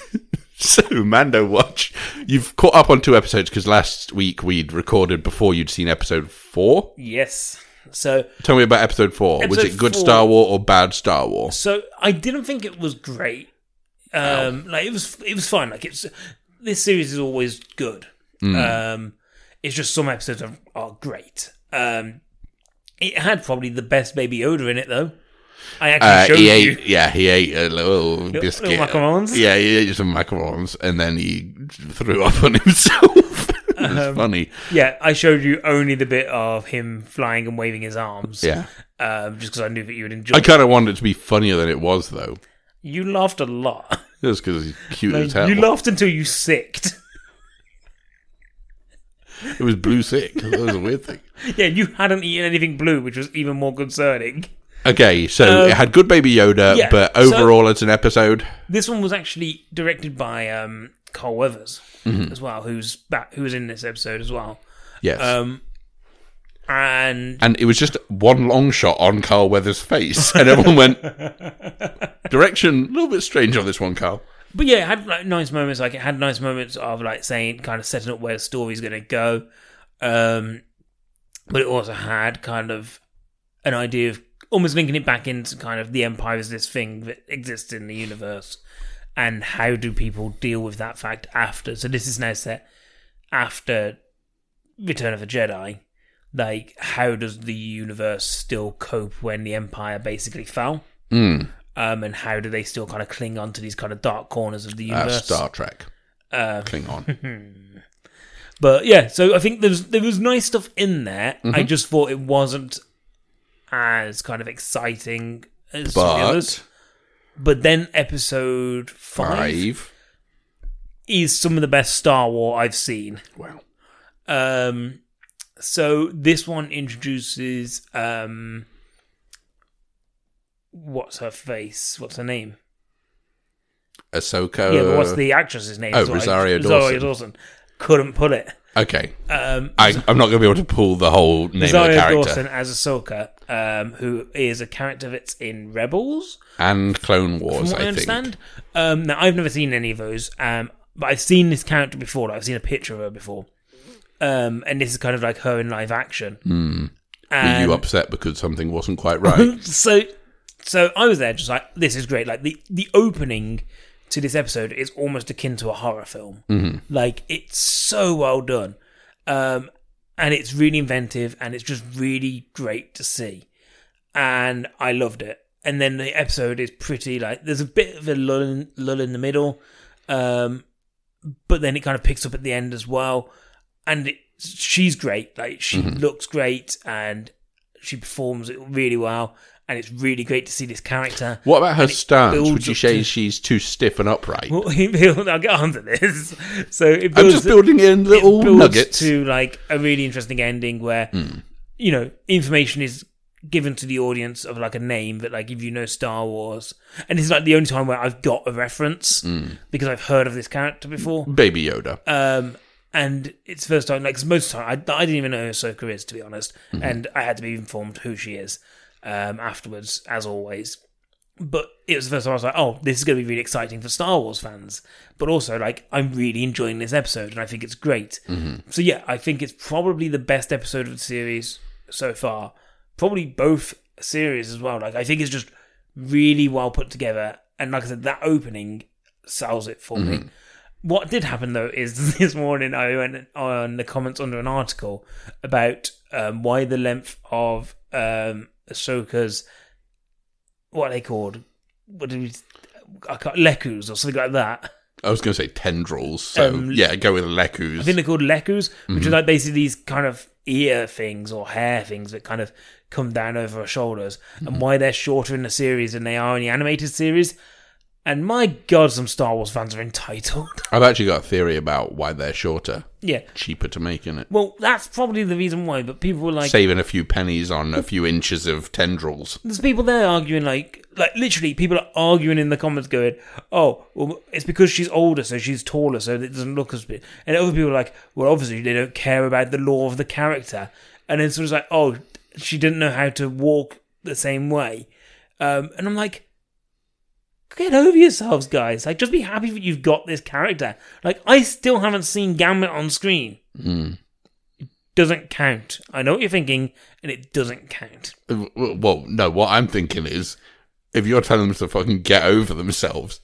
S3: so Mando Watch, you've caught up on two episodes because last week we'd recorded before you'd seen episode four.
S2: Yes. So,
S3: Tell me about episode four. was
S2: Episode
S3: it good
S2: four-
S3: Star War or bad Star War?
S2: so I didn't think it was great. Um, like it was, it was fine. Like it's this series is always good.
S3: Hmm.
S2: Um, it's just some episodes are, are great. Um, it had probably the best Baby Yoda in it though. I
S3: Uh,
S2: actually
S3: he
S2: showed you.
S3: ate, yeah, he ate a little biscuit.
S2: macarons?
S3: Yeah, he ate some macarons, and then he threw up on himself. it was
S2: Um,
S3: funny.
S2: Yeah, I showed you only the bit of him flying and waving his arms.
S3: Yeah,
S2: Um, just because I knew that you would enjoy.
S3: I
S2: it.
S3: kind of wanted it to be funnier than it was, though,
S2: You laughed a lot.
S3: just because he's cute as hell.
S2: you laughed until you sicked.
S3: it was blue sick. That was a weird thing.
S2: yeah, you hadn't eaten anything blue, which was even more concerning.
S3: Okay, so
S2: Um,
S3: it had good Baby Yoda,
S2: yeah,
S3: but
S2: so-
S3: overall, it's an episode.
S2: This one was actually directed by um, Carl Weathers
S3: Mm-hmm.
S2: as well, who's back, who was in this episode as well.
S3: Yes,
S2: Um, and
S3: and it was just one long shot on Carl Weathers' face, and everyone went direction a little bit strange on this one, Carl.
S2: but yeah, it had like nice moments. Like it had nice moments of like saying, kind of setting up where the story's going to go. Um, but it also had kind of an idea of almost linking it back into kind of the empire is this thing that exists in the universe, and how do people deal with that fact after? So this is now set after Return of the Jedi. Like, how does the universe still cope when the empire basically fell?
S3: Mm,
S2: um, and how do they still kind of cling on to these kind of dark corners of the
S3: uh,
S2: universe?
S3: Star Trek.
S2: Um,
S3: Klingon.
S2: But yeah, so I think there was there was nice stuff in there. I
S3: Mm-hmm.
S2: just thought it wasn't as kind of exciting as some of the
S3: but
S2: others. But then episode five,
S3: five.
S2: is some of the best Star War I've seen.
S3: Wow.
S2: Um, so this one introduces um, what's her face? What's her name?
S3: Ahsoka.
S2: Yeah, but what's the actress's name?
S3: oh,
S2: Is what I-
S3: Rosario
S2: Rosario
S3: Dawson.
S2: Dawson. Couldn't pull it.
S3: Okay,
S2: Um,
S3: I, I'm not going to be able to pull the whole name of the
S2: Rosario
S3: character
S2: Dawson as Ahsoka, um, who is a character that's in Rebels,
S3: and Clone
S2: from
S3: Wars.
S2: what I,
S3: I, think.
S2: understand. Um, now, I've never seen any of those, um, but I've seen this character before. Like, I've seen a picture of her before. Um, and this is kind of like her in live action.
S3: Were
S2: And
S3: Hmm. you upset because something wasn't quite right?
S2: so so I was there just like this is great. Like the the opening to this episode is almost akin to a horror film. Like it's so well done. Um and it's really inventive and it's just really great to see. And I loved it. And then the episode is pretty like there's a bit of a lull in, lull in the middle. Um but then it kind of picks up at the end as well. And it, she's great. Like she looks great and she performs it really well, and it's really great to see this character.
S3: what about her stance?
S2: builds
S3: Would you
S2: up
S3: say
S2: to-
S3: she's too stiff and upright?
S2: Well, he build- I'll get onto this. So it
S3: I'm
S2: builds,
S3: just building
S2: it
S3: in little
S2: builds
S3: nuggets. Hmm.
S2: to like a really interesting ending where you know information is given to the audience of like a name that like if you know Star Wars, and it's like the only
S3: Hmm.
S2: time where I've got a reference because I've heard of this character before.
S3: Baby Yoda.
S2: Um, and it's the first time. Like 'cause most of the time, I, I didn't even know who Ahsoka is to be honest, and I had to be informed who she is um, afterwards, as always. But it was the first time I was like, "Oh, this is going to be really exciting for Star Wars fans," but also like I'm really enjoying this episode, and I think it's great. So yeah, I think it's probably the best episode of the series so far. Probably both series as well. Like I think it's just really well put together, and like I said, that opening sells it for me. What did happen though is this morning I went on the comments under an article about um, why the length of um, Ahsoka's what are they called what did we I can't, lekus or something like that.
S3: I was going to say tendrils. So
S2: Um,
S3: yeah, go with
S2: I think
S3: Lekus.
S2: they're called lekus, which are like basically these kind of ear things or hair things that kind of come down over our shoulders, and why they're shorter in the series than they are in the animated series. And my god, some Star Wars fans are entitled.
S3: I've actually got a theory about why they're shorter.
S2: yeah.
S3: Cheaper to make, isn't it?
S2: Well, that's probably the reason why, but people were like,
S3: Saving a few pennies on a few inches of tendrils.
S2: there's people there arguing, like, like literally, people are arguing in the comments going, oh, well, it's because she's older, so she's taller, so it doesn't look as big. And other people are like, well, obviously, they don't care about the law of the character. And then someone's like, oh, she didn't know how to walk the same way. Um, and I'm like, get over yourselves, guys. Like, just be happy that you've got this character. Like, I still haven't seen Gambit on screen. It doesn't count. I know what you're thinking, and it doesn't count.
S3: Uh, Well, no, what I'm thinking is if you're telling them to fucking get over themselves,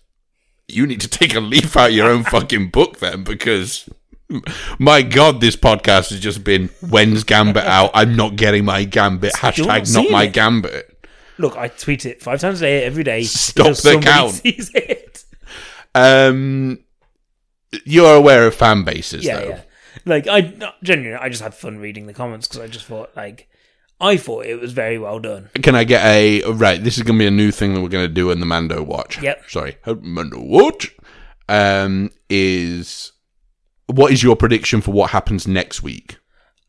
S3: you need to take a leaf out of your own fucking book then because my god, this podcast has just been when's Gambit out? I'm not getting my Gambit.
S2: you're not
S3: Hashtag not
S2: seeing
S3: my
S2: it.
S3: Gambit.
S2: Look, I tweet it five times a day, every day.
S3: Stop
S2: until
S3: the
S2: somebody
S3: count.
S2: Sees it.
S3: Um, you're aware of fan bases,
S2: Yeah,
S3: though.
S2: yeah. Like I no, genuinely, I just had fun reading the comments because I just thought, like, I thought it was very well done.
S3: Can I get a right? This is gonna be a new thing that we're gonna do in the Mando Watch.
S2: Yep.
S3: Sorry, Mando Watch. Um, is what is your prediction for what happens next week?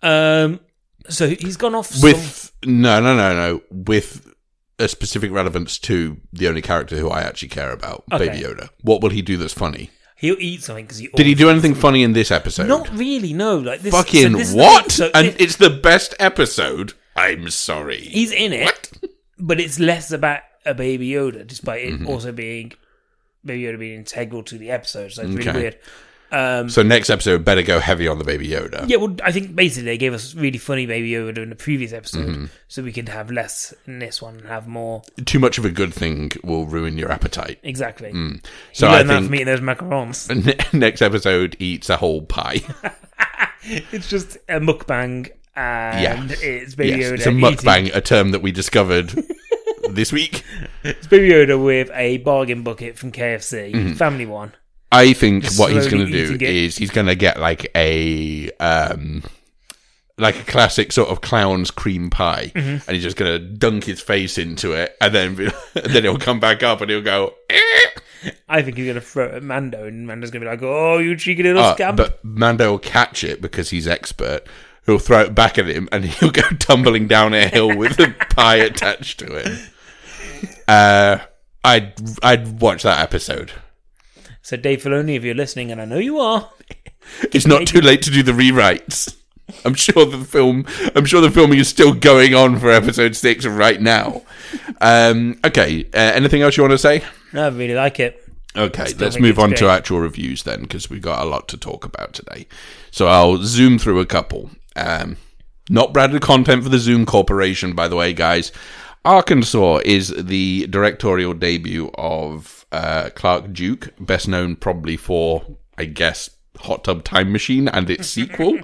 S2: Um, so he's gone off some,
S3: With no, no, no, no. With a specific relevance to the only character who I actually care about,
S2: Okay.
S3: Baby Yoda. What will he do that's funny?
S2: he'll eat something because he
S3: Did he do anything funny in this episode?
S2: Not really. No, like this. so
S3: Fucking
S2: this is the
S3: what?
S2: thing, so
S3: and
S2: it-
S3: it's the best episode. I'm sorry.
S2: he's in it, but it's less about a baby Yoda, despite
S3: Mm-hmm.
S2: it also being baby Yoda being integral to the episode. So it's
S3: Okay.
S2: really weird. Um,
S3: So next episode better go heavy on the baby Yoda.
S2: Yeah, well, I think basically they gave us really funny Baby Yoda in the previous episode,
S3: Mm.
S2: so we could have less in this one and have more.
S3: Too much of a good thing will ruin your appetite.
S2: Exactly.
S3: Mm. So
S2: you
S3: I
S2: learned that from
S3: think
S2: eating those macarons.
S3: ne- next episode eats a whole pie.
S2: It's just a mukbang, and
S3: Yes.
S2: it's Baby
S3: yes,
S2: Yoda.
S3: it's a
S2: Eating,
S3: mukbang, a term that we discovered this week.
S2: it's Baby Yoda with a bargain bucket from KFC,
S3: Mm-hmm.
S2: family one.
S3: I think what he's
S2: slowly
S3: going to do
S2: eating it.
S3: is he's going to get like a um like a classic sort of clown's cream pie, and
S2: Mm-hmm.
S3: he's just going to dunk his face into it, and then be- and then he'll come back up and he'll go. "Eh."
S2: I think he's gonna throw it at Mando, and Mando's gonna be like, "Oh, you cheeky little
S3: Uh,
S2: scamp!"
S3: but Mando will catch it because he's expert. He'll throw it back at him, and he'll go tumbling down a hill with a pie attached to it. Uh, I'd I'd watch that episode.
S2: So Dave Filoni, if you're listening, and I know you are,
S3: It's not too late to do the rewrites. I'm sure the film. I'm sure the filming is still going on for episode six right now. Um, okay. Uh, anything else you want to say?
S2: no, I really like it.
S3: Okay, let's
S2: think
S3: move
S2: it's
S3: on to
S2: great.
S3: actual reviews then, because we've got a lot to talk about today. So I'll zoom through a couple. Um, not branded content for the Zoom Corporation, by the way, guys. Arkansas is the directorial debut of uh, Clark Duke, best known probably for, I guess, Hot Tub Time Machine and its sequel.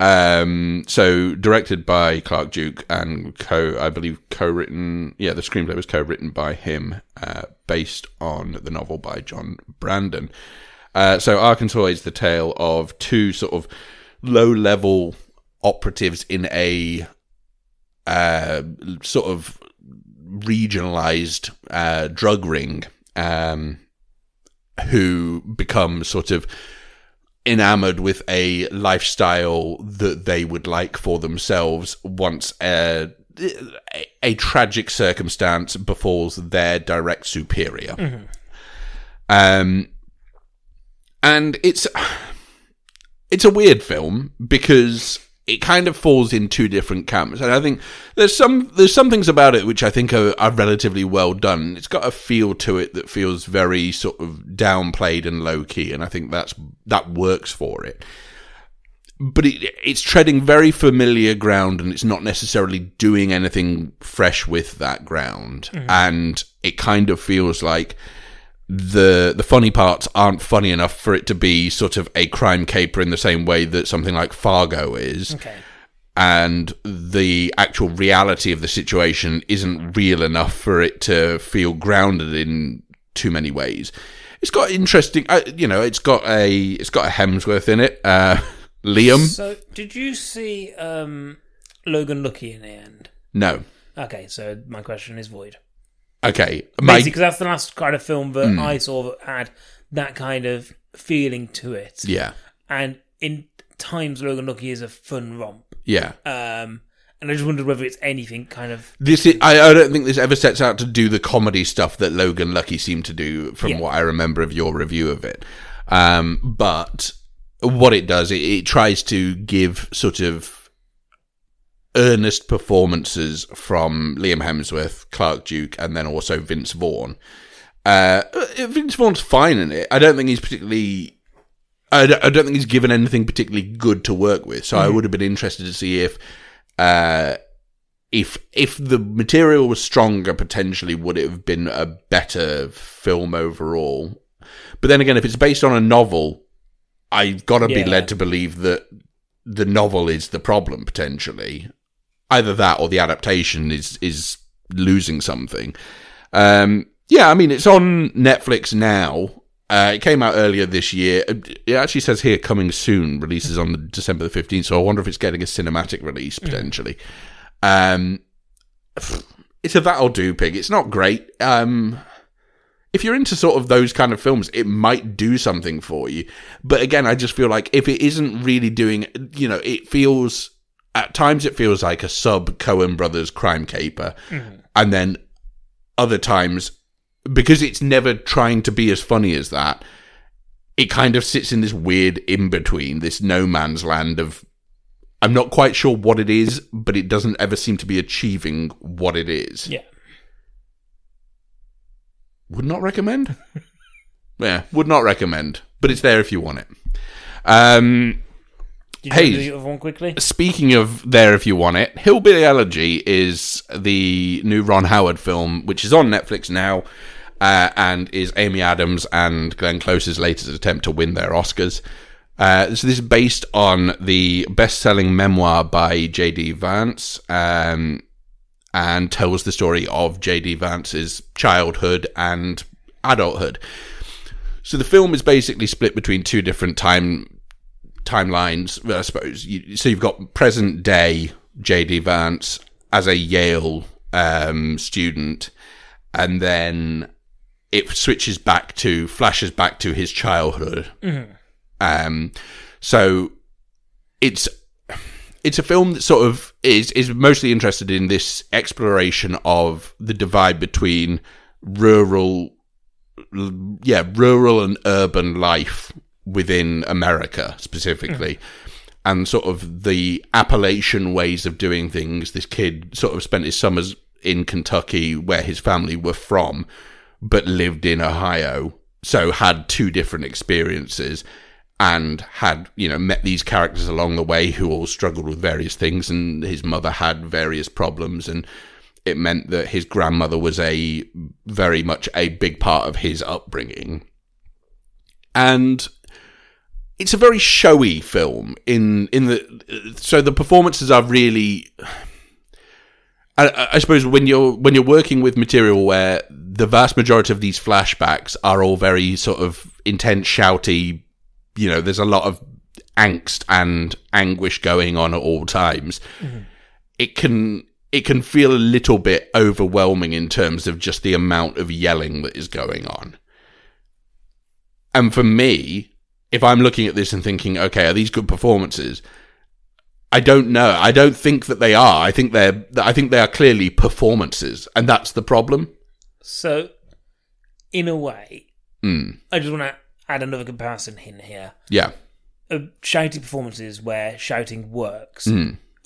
S3: Um, so directed by Clark Duke and co, I believe co-written. Yeah, the screenplay was co-written by him, uh, based on the novel by John Brandon. Uh, so Arkansas is the tale of two sort of low-level operatives in a uh, sort of regionalized uh, drug ring um, who become sort of enamored with a lifestyle that they would like for themselves once a, a, a tragic circumstance befalls their direct superior. Um, and it's it's a weird film because it kind of falls in two different camps, and I think there's some there's some things about it which I think are, are relatively well done. It's got a feel to it that feels very sort of downplayed and low key, and I think that's that works for it. But it, it's treading very familiar ground, and it's not necessarily doing anything fresh with that ground, and it kind of feels like the the funny parts aren't funny enough for it to be sort of a crime caper in the same way that something like Fargo is
S2: Okay.
S3: and the actual reality of the situation isn't real enough for it to feel grounded in too many ways. It's got interesting, uh, you know. It's got a it's got a Hemsworth in it, uh, Liam.
S2: So, did you see um, Logan Lucky in the end?
S3: No,
S2: Okay, so my question is void.
S3: okay,
S2: Basically,
S3: my, Hmm.
S2: because that's the last kind of film that I saw that had that kind of feeling to it.
S3: yeah,
S2: And in times, Logan Lucky is a fun romp.
S3: yeah.
S2: Um, and I just wondered whether it's anything kind of
S3: This is, I, I don't think this ever sets out to do the comedy stuff that Logan Lucky seemed to do from
S2: Yeah.
S3: what I remember of your review of it. Um, but what it does, it, it tries to give sort of earnest performances from Liam Hemsworth, Clark Duke, and then also Vince Vaughn. Uh, Vince Vaughn's fine in it. I don't think he's particularly I don't, I don't think he's given anything particularly good to work with. So I would have been interested to see if, uh, if if the material was stronger, potentially would it have been a better film overall? But then again, if it's based on a novel, I've got to
S2: Yeah.
S3: be led to believe that the novel is the problem potentially. Either that or the adaptation is is losing something. Um, yeah, I mean, it's on Netflix now. Uh, it came out earlier this year. Uh, It actually says here coming soon, releases on the- December the 15th. So I wonder if it's getting a cinematic release potentially. Um, it's a that'll do pig. It's not great. Um, if you're into sort of those kind of films, it might do something for you. But again, I just feel like if it isn't really doing, you know, it feels at times it feels like a sub Cohen Brothers crime caper, and then other times because it's never trying to be as funny as that. It kind of sits in this weird in between, this no man's land of I'm not quite sure what it is, but it doesn't ever seem to be achieving what it is.
S2: yeah.
S3: Would not recommend. yeah, would not recommend. But it's there if you want it. Um,
S2: Did you
S3: Hey.
S2: want to do the other one quickly?
S3: speaking of there if you want it, Hillbilly Elegy is the new Ron Howard film, which is on Netflix now, uh, and is Amy Adams and Glenn Close's latest attempt to win their Oscars. Uh, so this is based on the best-selling memoir by J.D. Vance, um, and tells the story of J.D. Vance's childhood and adulthood. So the film is basically split between two different time timelines, I suppose. You, so you've got present day JD Vance as a Yale um, student, and then it switches back to flashes back to his childhood. Um, so it's it's a film that sort of is is mostly interested in this exploration of the divide between rural yeah, rural and urban life within America specifically, and sort of the Appalachian ways of doing things. This kid sort of spent his summers in Kentucky, where his family were from, but lived in Ohio, so had two different experiences. And had you know met these characters along the way who all struggled with various things, and his mother had various problems, and it meant that his grandmother was a very much a big part of his upbringing. And it's a very showy film in in the so the performances are really I- I, I suppose when you're when you're working with material where the vast majority of these flashbacks are all very sort of intense shouty you know there's a lot of angst and anguish going on at all times it can it can feel a little bit overwhelming in terms of just the amount of yelling that is going on. And for me, if I'm looking at this and thinking, okay, are these good performances? I don't know. I don't think that they are. I think they're I think they are clearly performances, and that's the problem.
S2: So, in a way,
S3: Mm. Hmm.
S2: I just want to add another comparison in here.
S3: Yeah.
S2: uh, shouty performances where shouting works.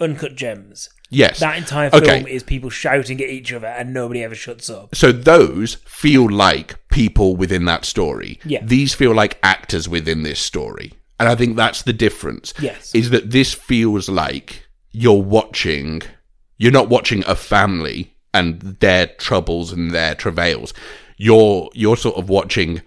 S2: Uncut Gems.
S3: Yes.
S2: That entire film
S3: Hmm. Okay.
S2: is people shouting at each other and nobody ever shuts up.
S3: so those feel like people within that story.
S2: Yeah.
S3: These feel like actors within this story. And I think that's the difference.
S2: Yes.
S3: Is that this feels like you're watching you're not watching a family and their troubles and their travails. You're you're sort of watching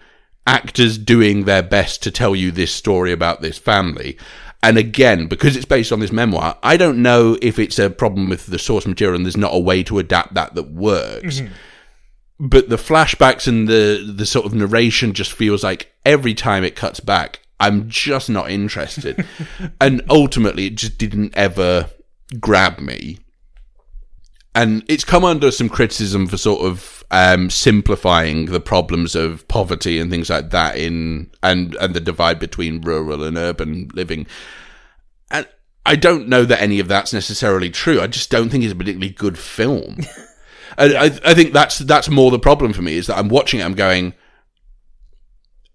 S3: actors doing their best to tell you this story about this family. And again, because it's based on this memoir, I don't know if it's a problem with the source material and there's not a way to adapt that that works but the flashbacks and the the sort of narration just feels like every time it cuts back i'm just not interested and ultimately it just didn't ever grab me and it's come under some criticism for sort of um, simplifying the problems of poverty and things like that in and and the divide between rural and urban living and i don't know that any of that's necessarily true i just don't think it's a particularly good film and I, I think that's that's more the problem for me is that I'm watching it. I'm going,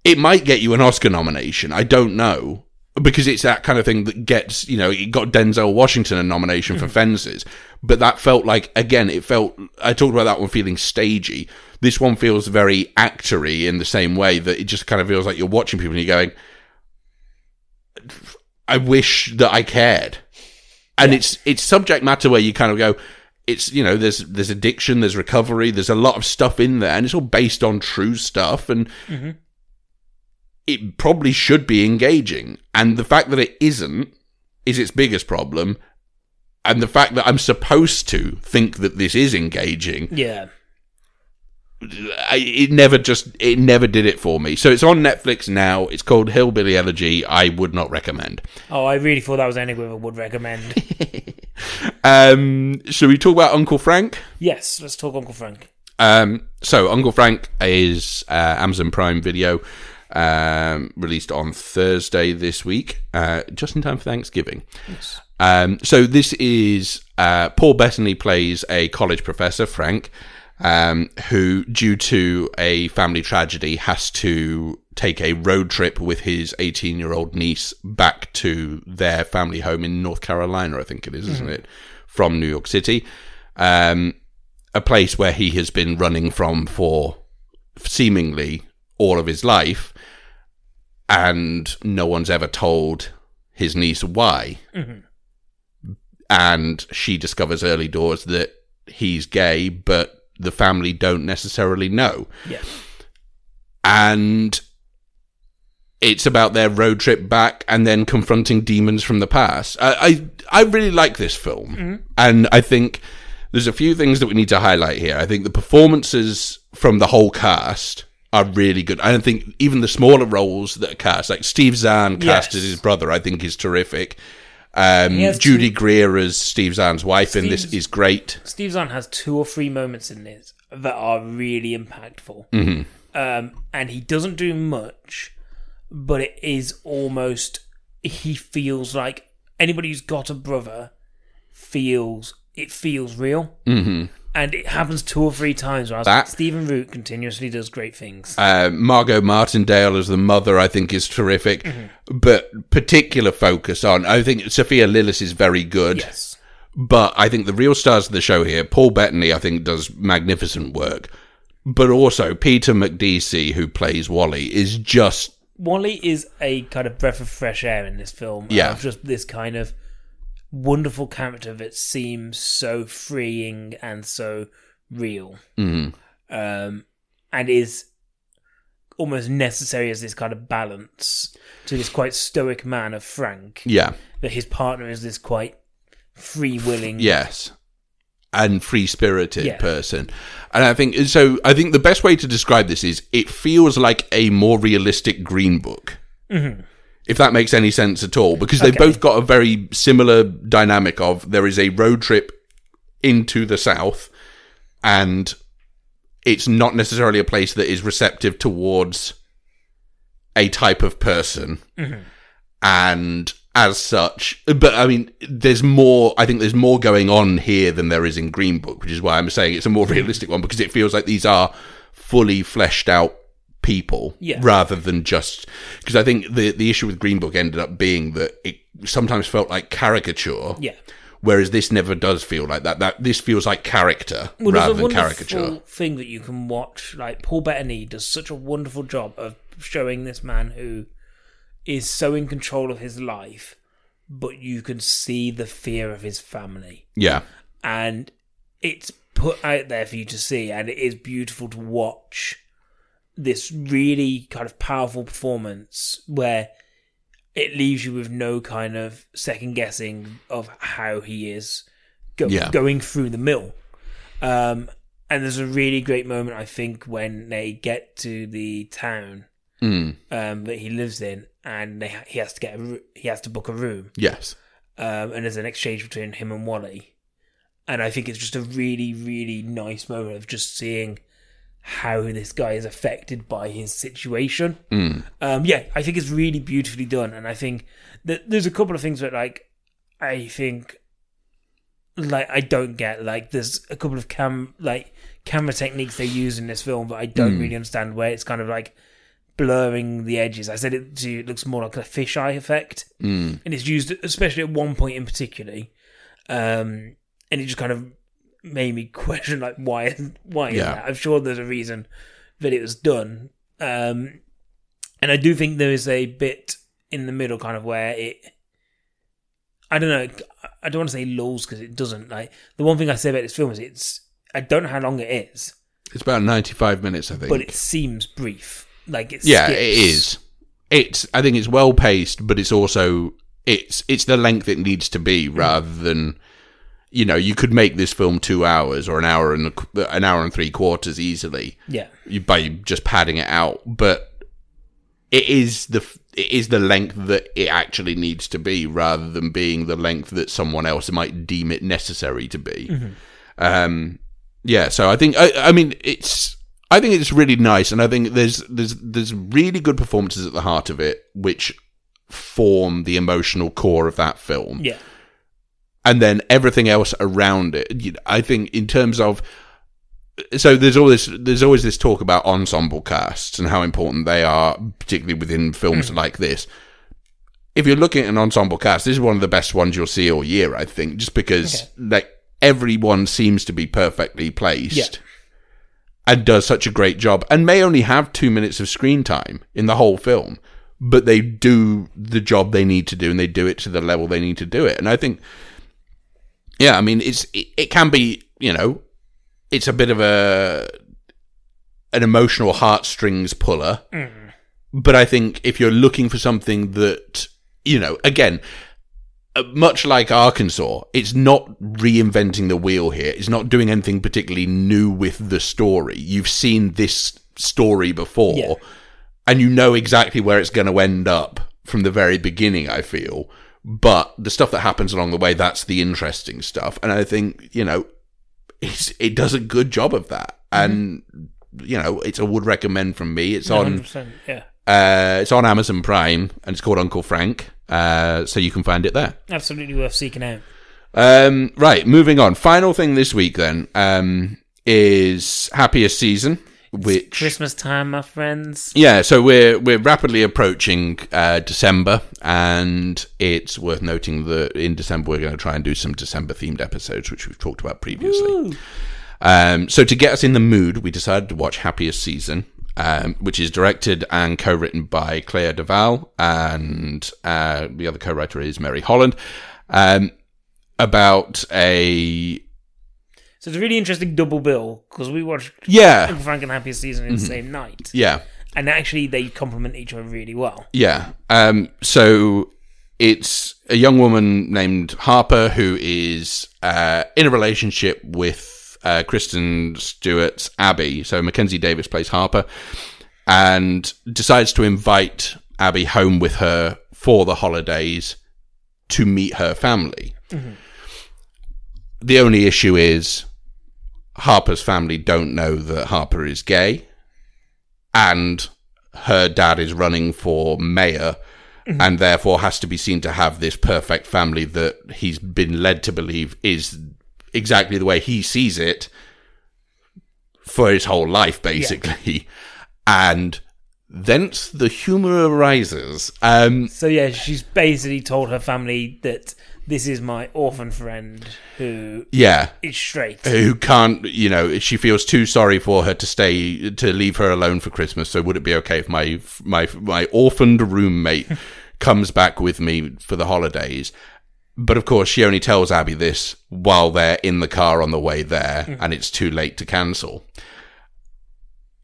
S3: it might get you an Oscar nomination. I don't know because it's that kind of thing that gets you know it got Denzel Washington a nomination for Fences, but that felt like again it felt I talked about that one feeling stagey. This one feels very actory in the same way that it just kind of feels like you're watching people and you're going, I wish that I cared. And it's it's subject matter where you kind of go, it's you know, there's there's addiction, there's recovery, there's a lot of stuff in there, and it's all based on true stuff, and it probably should be engaging. And the fact that it isn't is its biggest problem. And the fact that I'm supposed to think that this is engaging
S2: Yeah.
S3: I, it never just it never did it for me. So it's on Netflix now. It's called Hillbilly Elegy. I would not recommend.
S2: Oh, I really thought that was anything I would recommend.
S3: Um, should we talk about Uncle Frank?
S2: yes, let's talk Uncle Frank.
S3: Um, so Uncle Frank is uh, Amazon Prime Video, um, released on Thursday this week, uh, just in time for Thanksgiving. Um, so this is uh, Paul Bettany plays a college professor, Frank, um, who, due to a family tragedy, has to take a road trip with his 18 year old niece back to their family home in North Carolina, I think it is, not it? From New York City. Um, a place where he has been running from for seemingly all of his life, and no one's ever told his niece why. And she discovers early doors that he's gay, but the family don't necessarily know.
S2: Yeah.
S3: And it's about their road trip back and then confronting demons from the past. I I, I really like this film, and I think there's a few things that we need to highlight here. I think the performances from the whole cast are really good. I don't think even the smaller roles that are cast, like Steve Zahn cast
S2: Yes.
S3: as his brother, I think is terrific. Um,
S2: He has
S3: Judy Greer as Steve Zahn's wife in this
S2: Steve's-
S3: is great.
S2: Steve Zahn has two or three moments in this that are really impactful. Um, and he doesn't do much, but it is almost he feels like anybody who's got a brother feels it feels real. Mm-hmm. And it happens two or three times. Whereas
S3: That-
S2: Stephen Root continuously does great things.
S3: Uh, Margot Martindale as the mother, I think, is terrific, but particular focus on. I think Sophia Lillis is very good,
S2: yes.
S3: but I think the real stars of the show here, Paul Bettany, I think, does magnificent work, but also Peter McDeesey, who plays Wally, is just
S2: Wally is a kind of breath of fresh air in this film.
S3: Yeah.
S2: Of just this kind of wonderful character that seems so freeing and so real.
S3: Mm-hmm.
S2: Um, and is almost necessary as this kind of balance to this quite stoic man of Frank.
S3: yeah,
S2: That his partner is this quite free willing.
S3: yes, and free spirited
S2: Yeah.
S3: person, and I think so. I think the best way to describe this is it feels like a more realistic Green Book. if that makes any sense at all, because they've
S2: Mm-hmm. Okay.
S3: both got a very similar dynamic of there is a road trip into the south, and it's not necessarily a place that is receptive towards a type of person, and as such, but I mean, there's more. I think there's more going on here than there is in Green Book, which is why I'm saying it's a more realistic one because it feels like these are fully fleshed out people
S2: Yeah.
S3: rather than just because I think the the issue with Green Book ended up being that it sometimes felt like caricature.
S2: Yeah.
S3: Whereas this never does feel like that. That this feels like character
S2: Well, there's
S3: rather
S2: a
S3: than
S2: wonderful
S3: caricature.
S2: thing that you can watch. Like Paul Bettany does such a wonderful job of showing this man who is so in control of his life, but you can see the fear of his family,
S3: Yeah.
S2: and it's put out there for you to see, and it is beautiful to watch. This really kind of powerful performance where it leaves you with no kind of second guessing of how he is go-
S3: Yeah.
S2: going through the mill. Um, and there's a really great moment, I think, when they get to the town
S3: Mm.
S2: um, that he lives in, and they ha- he has to get a roo- he has to book a room,
S3: Yes.
S2: um, and there's an exchange between him and Wally, and I think it's just a really really nice moment of just seeing how this guy is affected by his situation.
S3: Mm.
S2: Um, yeah, I think it's really beautifully done, and I think that there's a couple of things that like I think like I don't get. Like there's a couple of cam like camera techniques they use in this film that I don't really understand. Where it's kind of like blurring the edges. I said it to you, it looks more like a fisheye effect,
S3: Mm.
S2: and it's used especially at one point in particularly, um, and it just kind of made me question like why is- why is
S3: Yeah.
S2: that? I'm sure there's a reason that it was done. Um, and I do think there is a bit in the middle, kind of where it. I don't know. I don't want to say lulls because it doesn't. Like the one thing I say about this film is it's. I don't know how long it is,
S3: It's about ninety five minutes, I think.
S2: but it seems brief. Like it's
S3: yeah, it is. It's I think it's well paced, but it's also it's it's the length it needs to be rather than you know you could make this film two hours or an hour and a qu- an hour and three quarters easily
S2: Yeah,
S3: you- by just padding it out, but it is the f- it is the length that it actually needs to be, rather than being the length that someone else might deem it necessary to be. Um, yeah, so I think I, I mean it's I think it's really nice, and I think there's there's there's really good performances at the heart of it, which form the emotional core of that film
S2: yeah,
S3: and then everything else around it. You know, I think in terms of so there's always there's always this talk about ensemble casts and how important they are, particularly within films
S2: Hmm.
S3: like this. If you're looking at an ensemble cast, this is one of the best ones you'll see all year, I think, just because
S2: Okay.
S3: like everyone seems to be perfectly placed
S2: Yeah.
S3: and does such a great job and may only have two minutes of screen time in the whole film, but they do the job they need to do and they do it to the level they need to do it. And I think yeah, I mean, it's it, it can be, you know, it's a bit of a an emotional heartstrings puller. But I think if you're looking for something that, you know, again, uh, much like Arkansas, it's not reinventing the wheel here. It's not doing anything particularly new with the story. You've seen this story before,
S2: Yeah.
S3: and you know exactly where it's going to end up from the very beginning. I feel, but the stuff that happens along the way, that's the interesting stuff, and I think you know, it's, it does a good job of that, and. You know, it's a would recommend from me. It's on
S2: 100%, yeah,
S3: uh, it's on Amazon Prime and it's called Uncle Frank. Uh, so you can find it there.
S2: absolutely worth seeking out.
S3: Um, right, moving on. Final thing this week then um, is happiest season, which
S2: Christmas time, my friends.
S3: yeah. So we're we're rapidly approaching uh, December, and it's worth noting that in December we're going to try and do some December themed episodes, which we've talked about previously. Um, so to get us in the mood, we decided to watch Happiest Season. Um, which is directed and co-written by Claire Deval, and uh, the other co-writer is Mary Holland. Um, about a
S2: So it's a really interesting double bill because we watched
S3: yeah, Mm-hmm.
S2: Uncle Frank and Happiest Season in the same night,
S3: yeah.
S2: and actually they complement each other really well.
S3: Yeah. Um, so it's a young woman named Harper who is uh, in a relationship with uh, Kristen Stewart's Abby. So Mackenzie Davis plays Harper and decides to invite Abby home with her for the holidays to meet her family. The only issue is Harper's family don't know that Harper is gay and her dad is running for mayor and therefore has to be seen to have this perfect family that he's been led to believe is exactly the way he sees it for his whole life basically and Thence the humor arises. Um,
S2: So yeah, she's basically told her family that this is my orphan friend who
S3: yeah,
S2: is straight.
S3: Uh, who can't you know she feels too sorry for her to stay to leave her alone for christmas so would it be okay if my my my orphaned roommate comes back with me for the holidays but of course she only tells abby this while they're in the car on the way there and it's too late to cancel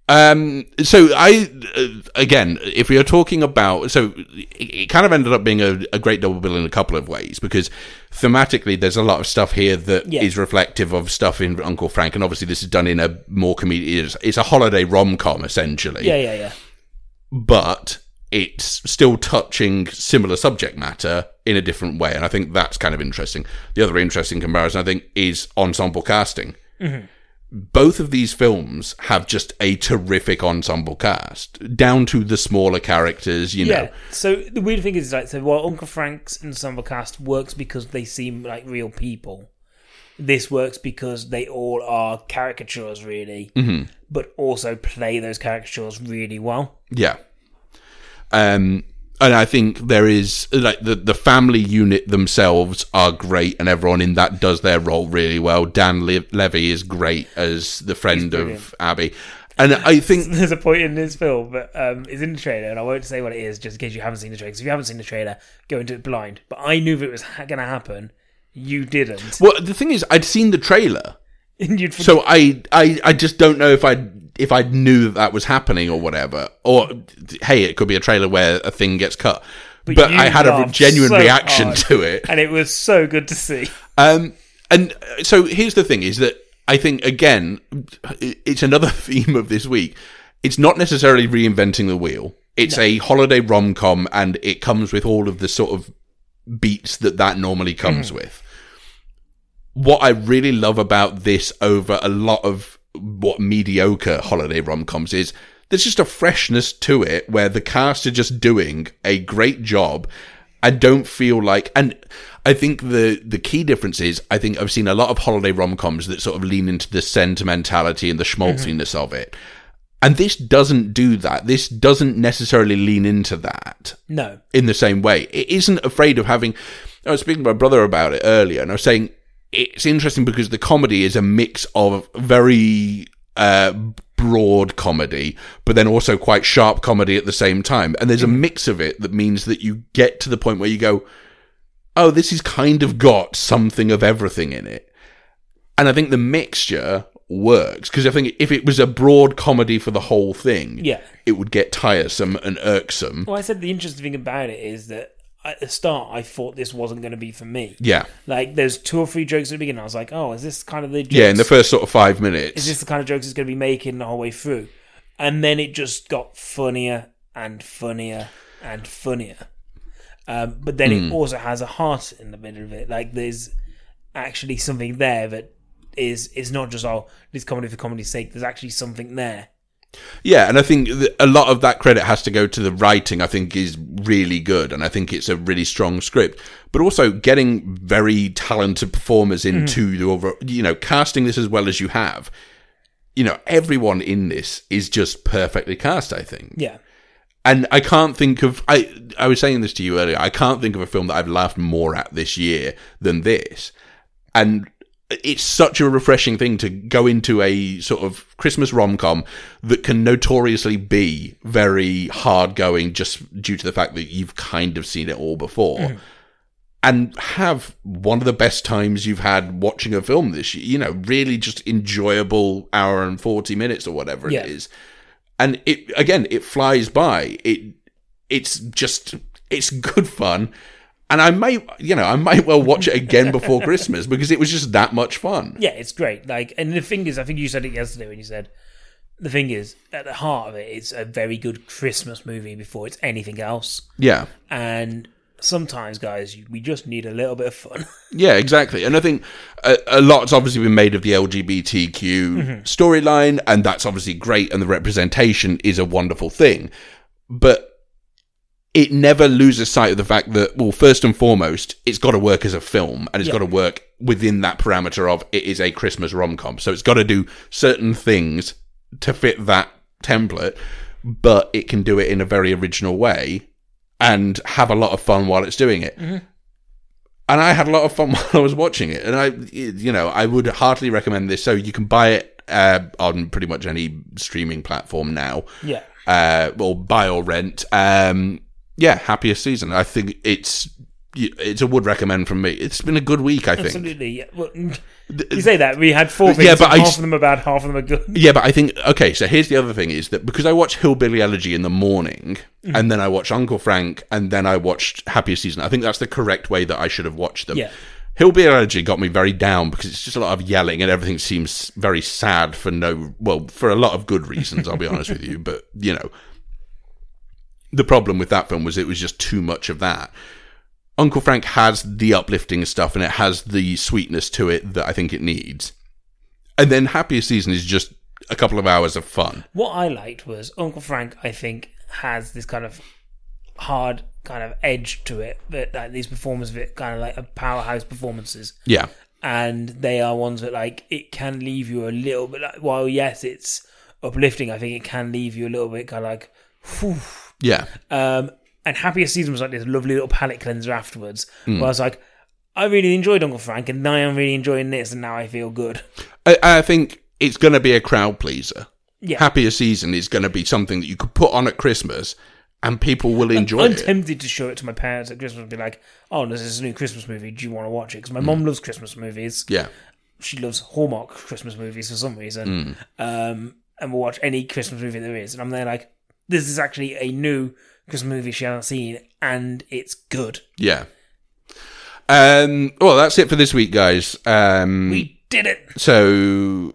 S3: um so i uh, again if we are talking about so it, it kind of ended up being a, a great double bill in a couple of ways because thematically there's a lot of stuff here that is
S2: Yeah.
S3: reflective of stuff in uncle frank and obviously this is done in a more comedic it's, it's a holiday rom-com essentially
S2: Yeah, yeah, yeah.
S3: but it's still touching similar subject matter in a different way. And I think that's kind of interesting. The other interesting comparison, I think, is ensemble casting.
S2: Mm-hmm.
S3: Both of these films have just a terrific ensemble cast, down to the smaller characters, you
S2: Yeah.
S3: know.
S2: So the weird thing is, like, so while Uncle Frank's and Summercast works because they seem like real people, this works because they all are caricatures, really,
S3: Mm-hmm.
S2: but also play those caricatures really well.
S3: Yeah. Um, and I think there is like the the family unit themselves are great, and everyone in that does their role really well. Dan Le- Levy is great as the friend of Abby, and I think
S2: There's a point in this film, but um, it's in the trailer, and I won't say what it is just in case you haven't seen the trailer. 'cause if you haven't seen the trailer, go into it blind. But I knew that it was ha- going to happen. You didn't.
S3: well the thing is I'd seen the trailer,
S2: And you'd
S3: so I I I just don't know if I if I knew that, that was happening or whatever, or hey, it could be a trailer where a thing gets cut. But,
S2: you
S3: I had a
S2: laughed
S3: genuine
S2: so
S3: reaction
S2: hard.
S3: to it.
S2: and it was so good to see.
S3: Um, and uh, so here's the thing: is that I think again, it's another theme of this week. It's not necessarily reinventing the wheel. It's a holiday rom com, and it comes with all of the sort of beats that that normally comes with. What I really love about this over a lot of what mediocre holiday rom coms is there's just a freshness to it where the cast are just doing a great job. I don't feel like, and I think the the key difference is I think I've seen a lot of holiday rom coms that sort of lean into the sentimentality and the schmaltziness of it. And this doesn't do that. This doesn't necessarily lean into that
S2: No.
S3: in the same way. It isn't afraid of having. I was speaking to my brother about it earlier, and I was saying it's interesting because the comedy is a mix of very uh, broad comedy, but then also quite sharp comedy at the same time. And there's a
S2: Mm-hmm.
S3: mix of it that means that you get to the point where you go, oh, this has kind of got something of everything in it. And I think the mixture works because I think if it was a broad comedy for the whole thing,
S2: Yeah.
S3: it would get tiresome and irksome.
S2: Well, I said the interesting thing about it is that at the start, I thought this wasn't going to be for me.
S3: Yeah.
S2: Like, there's two or three jokes at the beginning. I was like, oh, is this kind of the jokes?
S3: Yeah, in the first sort of five
S2: is
S3: minutes.
S2: this the kind of jokes it's going to be making the whole way through? And then it just got funnier and funnier and funnier. Um, but then it also has a heart in the middle of it. Like, there's actually something there that is it's not just oh this comedy for comedy's sake there's actually something there
S3: Yeah, and I think th- a lot of that credit has to go to the writing. I think is really good, and I think it's a really strong script. But also getting very talented performers
S2: Mm-hmm.
S3: into the over, you know, casting this as well as you have. You know, everyone in this is just perfectly cast. I think.
S2: yeah
S3: and I can't think of I I was saying this to you earlier. I can't think of a film that I've laughed more at this year than this. And it's such a refreshing thing to go into a sort of Christmas rom-com that can notoriously be very hard going just due to the fact that you've kind of seen it all before. And have one of the best times you've had watching a film this year, you know, really just enjoyable hour and 40 minutes or whatever
S2: Yeah.
S3: it is and it again it flies by it it's just it's good fun and i might you know i might well watch it again before christmas because it was just that much fun
S2: Yeah, it's great. Like, and the thing is, I think you said it yesterday when you said the thing is at the heart of it, it's a very good Christmas movie before it's anything else.
S3: yeah
S2: And sometimes, guys, you- we just need a little bit of fun.
S3: yeah exactly and i think a, a lot's obviously been made of the lgbtq Mm-hmm. storyline and that's obviously great and the representation is a wonderful thing but it never loses sight of the fact that, well, first and foremost, it's got to work as a film and it's
S2: Yeah.
S3: got to work within that parameter of it is a Christmas rom com. So it's got to do certain things to fit that template. but it can do it in a very original way and have a lot of fun while it's doing it. And I had a lot of fun while I was watching it. And I, you know, I would heartily recommend this. So you can buy it uh, on pretty much any streaming platform now
S2: Yeah.
S3: uh, or buy or rent. Um, yeah, happiest season. I think it's it's a would recommend from me. It's been a good week. I think.
S2: Absolutely. Yeah. Well, you say that we had four things.
S3: Yeah, but
S2: and
S3: I
S2: half
S3: s-
S2: of them are bad, half of them are good.
S3: Yeah, but I think okay. So here's the other thing: is that because I watch Hillbilly Elegy in the morning, and then I watch Uncle Frank, and then I watched Happiest Season. I think that's the correct way that I should have watched them.
S2: Yeah.
S3: Hillbilly Elegy got me very down because it's just a lot of yelling and everything seems very sad for no, well, for a lot of good reasons. I'll be honest with you, but you know, the problem with that film was it was just too much of that. Uncle Frank has the uplifting stuff and it has the sweetness to it that I think it needs. And then Happiest Season is just a couple of hours of fun.
S2: What I liked was Uncle Frank. I think has this kind of hard kind of edge to it, but like these performers of it, kind of like a powerhouse performances.
S3: Yeah.
S2: and they are ones that like it can leave you a little bit like while yes it's uplifting i think it can leave you a little bit kind of like whew.
S3: Yeah.
S2: um and happiest season was like this lovely little palate cleanser afterwards
S3: Hmm.
S2: where i was like i really enjoyed uncle frank and now i'm really enjoying this and now i feel good
S3: I, I think it's going to be a crowd pleaser.
S2: Yeah.
S3: Happiest Season is going to be something that you could put on at Christmas and people will enjoy
S2: i'm
S3: it.
S2: tempted to show it to my parents at christmas and be like oh this is a new christmas movie do you want to watch it because my mom loves christmas movies
S3: Hmm. Yeah.
S2: she loves Hallmark Christmas movies for some reason,
S3: Hmm.
S2: um, and will watch any Christmas movie there is. And I'm there like, this is actually a new Christmas movie she hasn't seen, and it's good.
S3: Yeah. Um, well, that's it for this week, guys. Um,
S2: We did it.
S3: So,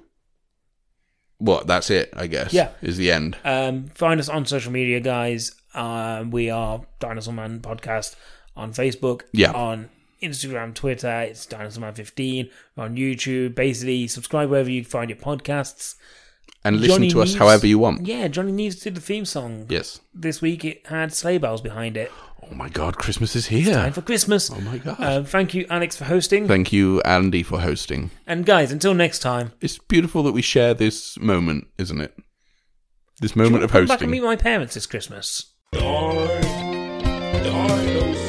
S3: what? That's it, I guess.
S2: Yeah.
S3: is the end.
S2: Um, find us on social media, guys. Um, we are Dinosaur Man Podcast on Facebook,
S3: Yeah.
S2: on Instagram, Twitter. It's Dinosaur Man 15 We're on YouTube. Basically, subscribe wherever you find your podcasts.
S3: And listen
S2: Johnny
S3: to us
S2: Neves-
S3: however you want.
S2: Yeah, Johnny Needs did the theme song
S3: Yes.
S2: this week. It had sleigh bells behind it.
S3: Oh my God, Christmas is
S2: time
S3: here.
S2: for Christmas.
S3: Oh my God.
S2: Um, thank you, Alex, for hosting.
S3: Thank you, Andy, for hosting.
S2: and guys, until next time.
S3: It's beautiful that we share this moment, isn't it? This
S2: do you
S3: moment
S2: wanna
S3: of
S2: come Back and meet
S3: hosting.
S2: my parents this Christmas.
S1: Dinosaur.